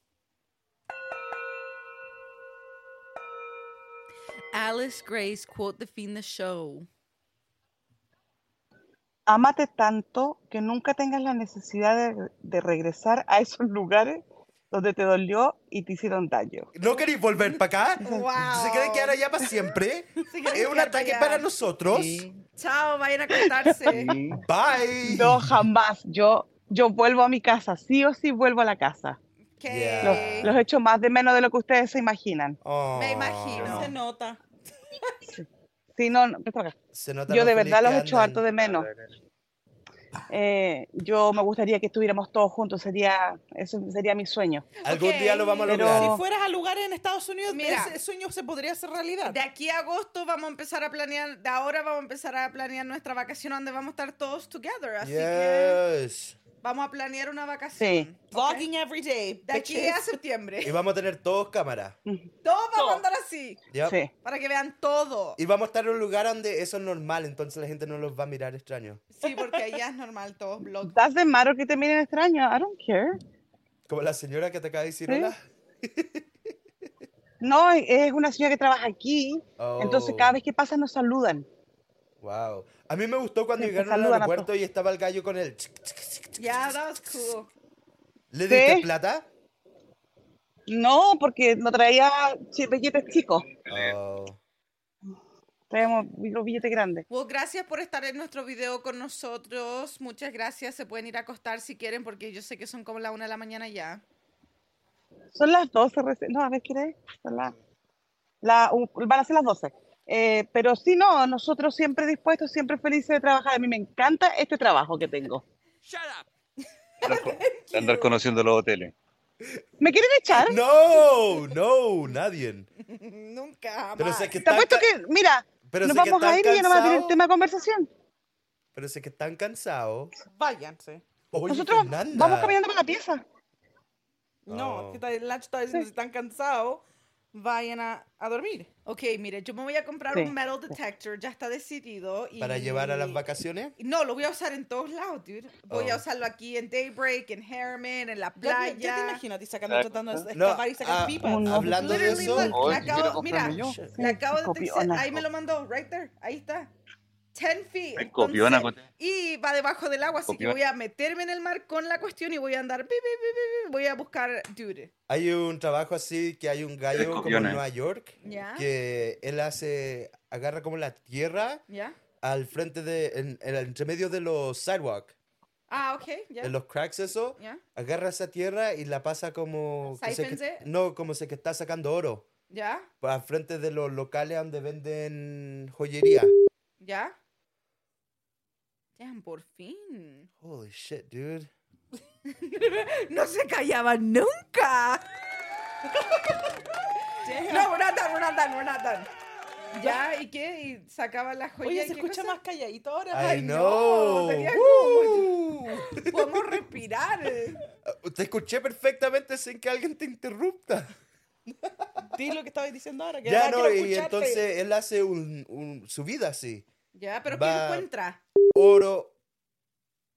Alice Grace quote the fin the show.
Ámate tanto que nunca tengas la necesidad de, de regresar a esos lugares donde te dolió y te hicieron daño.
¿No queréis volver para acá?
Wow.
¿Se creen que ahora ya para siempre?
Se quieren
es un
quedar
ataque
allá.
para nosotros.
Chao, vayan a acostarse.
Sí.
Bye.
No, jamás. Yo, yo vuelvo a mi casa, sí o sí vuelvo a la casa.
Okay.
Yeah.
Los,
Ah.
los echo más de menos de lo que ustedes se imaginan.
Oh.
Me imagino.
Se nota.
Sí, no, no, vete para acá.
Se nota
yo
lo
de
feliz
verdad
que
los echo
andan.
harto de menos. Eh, yo me gustaría que estuviéramos todos juntos, sería, eso sería mi sueño.
Algún
Ok,
día lo vamos a
pero-
lograr.
Si fueras a lugares en Estados Unidos,
Mira.
ese sueño se podría hacer realidad.
De aquí a agosto vamos a empezar a planear, de ahora vamos a empezar a planear nuestra vacación donde vamos a estar todos together. Así que
Yes.
vamos a planear una vacación.
Vlogging every day.
De aquí
bitches.
a
Y
septiembre.
vamos a tener todos cámaras.
Todo vamos
Todo.
a andar así.
Yep.
Sí.
Para que vean todo.
Y vamos a estar en un lugar donde eso es normal, entonces la gente no los va a mirar extraño.
Sí, porque allá es normal, todos vlogs.
¿Estás de malo que te miren extraño? I don't care.
Como la señora que te acaba de decir
Sí.
hola.
No, es una señora que trabaja aquí, entonces
Oh,
cada vez que pasa nos saludan.
Wow. A mí me gustó cuando
Sí, te
llegaron al
saludan a
aeropuerto y estaba el gallo con el... chic, chic, chic.
Yeah, that was cool.
¿Le
Sí.
diste plata?
No, porque no traía chi- billetes chicos,
Oh.
traíamos los billetes grandes.
Well, gracias por estar en nuestro video con nosotros. Muchas gracias. Se pueden ir a acostar si quieren, porque yo sé que son como la una de la mañana ya.
Son las 12 reci- No, a ver, ¿qué es? Son las- la- u- van a ser las 12. Eh, pero sí, no, nosotros siempre dispuestos, siempre felices de trabajar. A mí me encanta este trabajo que tengo.
De andar conociendo los hoteles.
¿Me quieren echar?
No, no, nadie.
Nunca.
Pero
Jamás.
sé que
Te
están,
apuesto
ca-
que, mira,
pero
nos
sé que
vamos a
están
ir y ya no va a tener
cansados-
tema de conversación.
Pero sé que están cansados.
Váyanse.
Oye,
Nosotros
Fernanda.
vamos caminando para la pieza.
No,
Oh.
que está- el Lancho está diciendo si están cansados, vayan a, a dormir.
Ok, mire, yo me voy a comprar
Sí.
un metal detector. Ya está decidido. y-
Para llevar a las vacaciones.
No, lo voy a usar en todos lados, dude. Voy a
Oh.
usarlo aquí en Daybreak, en Harriman, en la
Ya,
playa.
te- ya te imaginas, a ti sacando,
Exacto.
tratando de
No,
escapar y sacar
ah,
pipas.
un-
Hablando de
Literally,
eso.
look,
Oh,
me
yo quiero
acabo, mira,
comprarme yo.
Sí,
le acabo de
copiona.
textear. Ahí me lo mandó, right there. Ahí está. 10 feet.
Me copiona,
Entonces, y va debajo del agua, así que
Copiona.
voy a meterme en el mar con la cuestión y voy a andar. pi, pi, pi, pi, pi, voy a buscar dude.
Hay un trabajo así que hay un
Eres
gallo como en
copiona.
Nueva York
¿Ya?
que él hace, agarra como la tierra
¿Ya?
al frente de, en, en el entremedio de los sidewalk,
Ah, ok. ¿Ya?
en los cracks eso,
¿Ya?
agarra esa tierra y la pasa
Pues
como, que se que-
Siphons it.
no, como se que está sacando oro,
¿Ya?
al frente de los locales donde venden joyería.
¿Ya? Damn, por fin.
Holy shit, dude.
No se callaba nunca. No, we're not done, we're not done, we're not done. Ya, ¿y qué? Y sacaba la joya.
Oye,
¿y
se
pues, qué
escucha
cosa?
más calladito ahora.
I
Ay,
know.
tenía Podemos respirar.
Uh, Te escuché perfectamente sin que alguien te interrupta.
Di lo que estabas diciendo ahora. Que
ya
ahora
no,
quiero
y
escucharte.
entonces él hace un, un- su vida así.
Ya, pero
Va.
¿qué encuentra?
Oro,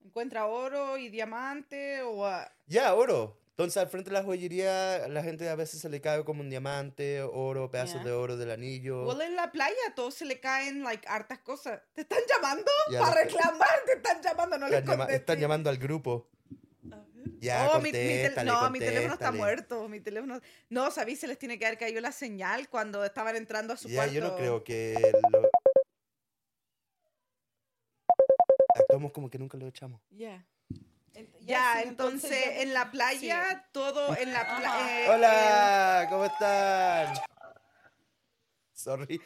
¿Encuentra oro y diamante o ah,
ya, oro. Entonces al frente de la joyería a la gente a veces se le cae como un diamante, oro, pedazos
Ya.
de oro del anillo.
o en la playa? A todos se le caen, like, hartas cosas. ¿Te están llamando?
Ya,
Para
los-
reclamar, te están llamando, no les
están, llama-
contestes.
están llamando al grupo. Ya,
Oh, mi- mi tel-
contéstale,
no, mi teléfono está
contéstale.
muerto. Mi teléfono. No, sabí, se les tiene que haber caído la señal cuando estaban entrando a su
Ya,
cuarto.
yo no creo que lo... Actuamos como que nunca lo echamos.
Ya. En-
Ya,
sí,
entonces,
ya-
en la playa, todo en la eh,
Ajá.
playa. Eh,
Hola, ¿cómo están? Sorry.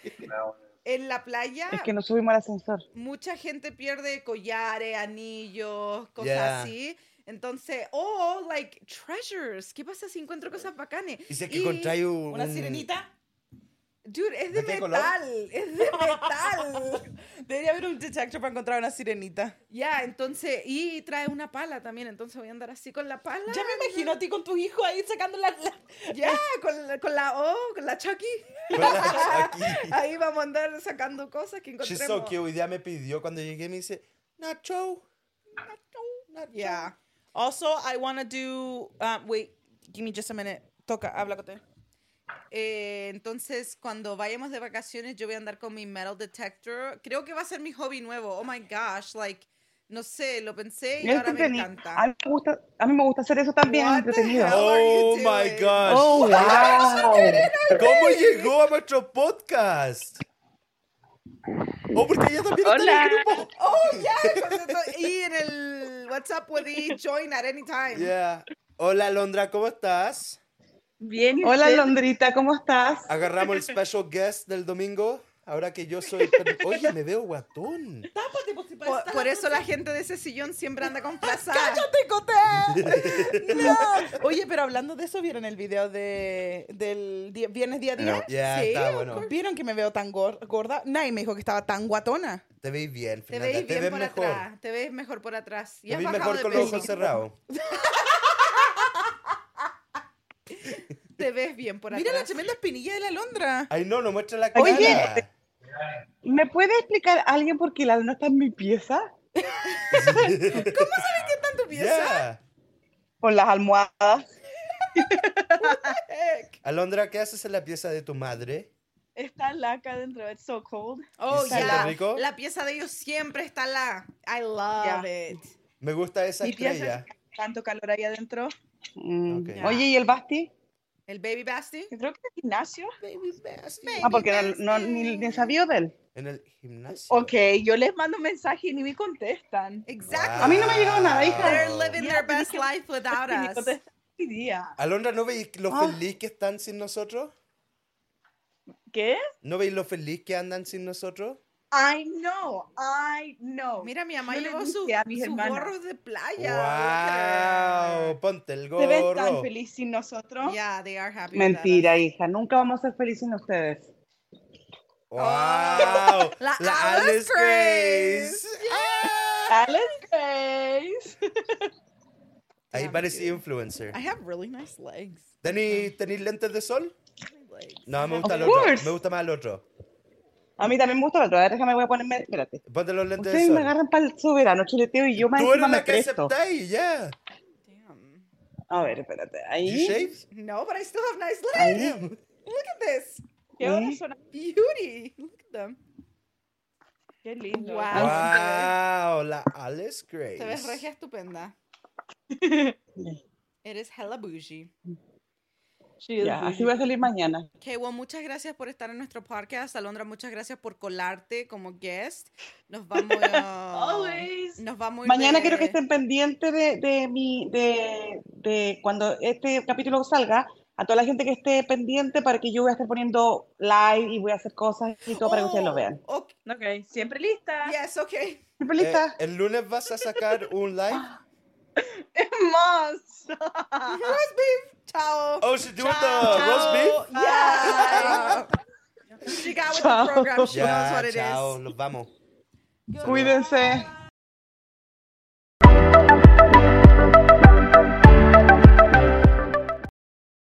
En, la playa,
Es que nos subimos al ascensor.
mucha gente pierde collares, anillos, cosas
Yeah.
así. Entonces, oh, like treasures. ¿Qué pasa si encuentro cosas bacanes?
Dice que
Y-
encontráis un...
¿Una sirenita? Dude, es
de
de,
¿De qué color?
Tal,
metal.
es de metal.
Debería haber un detector para encontrar una sirenita.
Ya, entonces, y trae una pala también, entonces voy a andar así con la pala.
Ya me imagino a ti con tus hijos ahí sacando la. la-
Ya, con, la, con la O, con la Chucky.
Con la Chucky.
Ahí vamos a andar sacando cosas que
She's so
encontremos.
cute. Hoy día me pidió cuando llegué, me dice, Nacho. Nacho.
Yeah. Also, I want to do. um, wait, give me just a minute. Toca, habla con te.
Eh, entonces, cuando vayamos de vacaciones, yo voy a andar con mi metal detector. Creo que va a ser mi hobby nuevo. Oh my gosh, like, no sé, lo pensé y
Es
ahora me
entreteni-
encanta.
A mí, me gusta, a mí me gusta hacer eso también, es
What the
entretenido.
hell? are you
Oh
doing?
my gosh.
Oh, wow.
¿Cómo llegó a nuestro podcast? Oh, porque ella también está en el grupo.
pues, Y en el WhatsApp puede join at any time.
Yeah. Hola, Londra, ¿cómo estás?
Bien, ¿y
Hola
usted?
Londrita, ¿cómo estás?
Agarramos el special guest del domingo. Ahora que yo soy. per- Oye, me veo guatón.
Por, Pues, por eso la gente de ese sillón siempre anda con plaza.
¡Coté! ¡No! Oye, pero hablando de eso, ¿vieron el video de, del día- viernes día a día?
Ya,
Sí,
está
of
bueno.
¿Vieron que me veo tan gor- gorda? Nadie me dijo que estaba tan guatona.
Te veis bien,
Te
Fernanda.
veis bien por
mejor.
atrás, te ves mejor por atrás. Y
Te
has
veis
bajado
mejor
de
con los ojos
peso.
cerrados.
Te ves bien por atrás.
Mira la tremenda espinilla de la Londra.
Ay, no, no muestra la cara.
Oye. ¿Me puede explicar alguien por qué la luna está en mi pieza?
tu pieza?
Con las almohadas.
Alondra, ¿qué haces en la pieza de tu madre?
Está laca dentro. It's so cold.
Oh,
¿Está
ya.
rico?
La pieza de ellos siempre está la. I love it.
Me gusta esa
Mi pieza
estrella.
Tanto calor ahí adentro.
Mm.
Ok.
Oye, ¿y el Basti?
El baby Basti.
Yo creo que es gimnasio.
Ah, porque no, no- ni, ni sabía de él.
En el gimnasio.
Ok, yo les mando un mensaje y ni me contestan.
Exactly.
Wow.
A mí no me ha llegado nada,
They're
Wow.
living
Ya,
their
pero es
best
que-
life without
Ni me
us.
contestan hoy día.
Alondra, ¿no veis lo
Ah.
feliz que están sin nosotros?
¿Qué?
¿No veis lo feliz que andan sin nosotros?
I know, I know.
Mira, mi mamá
Yo le
llevó
dije
su,
a mis
su
hermanas.
gorro de playa.
¡Wow! Ponte el
Te ves
gorro.
tan feliz sin nosotros.
Yeah, they are happy. without us.
Mentira, hija. Nunca vamos a ser felices sin ustedes.
¡Wow!
La Alice Grace.
Alice Grace.
Ahí
Yeah,
parece
dude.
influencer.
I have really nice legs.
¿Tenéis tenéis lentes de sol? No, me gusta
Of
el otro.
course.
Me gusta más el otro.
A mí también me gusta el otro. A ver, déjame, voy a ponerme. Espérate.
Ponte los lentes de
Ustedes me
sol.
agarran para el soberano chuleteo y yo más
Tú
encima
eres
me
la que
presto.
aceptáis, ya.
Damn.
A ver, espérate.
You
Ahí.
shave?
No, but I still have nice legs.
Ahí.
Look at this
Qué
¿Eh?
buenas son.
beauty. Look at them.
Qué lindo.
Wow.
Wow, la Alice
Te ves regia
Grace.
estupenda. Eres hella bougie.
She is
Ya, así
beautiful.
voy a salir mañana.
Okay, well, muchas gracias por estar en nuestro podcast. Alondra, muchas gracias por colarte como guest. Nos vamos a...
Always.
Nos vamos a ir
Mañana
de-
quiero que estén pendientes de, de mi, de, de cuando este capítulo salga, a toda la gente que esté pendiente para que yo voy a estar poniendo live y voy a hacer cosas y todo para que ustedes lo
Oh,
vean.
ok,
Ok, siempre lista.
Yes, okay.
Siempre
Eh,
lista.
el lunes vas a sacar un live.
Hermoso.
Chao.
Oh, she do it
Chao.
the roast beef.
Yeah. She got with the
Chao.
program. She knows
Ya,
what it is.
chao, nos vamos.
Cuídense.
Bye.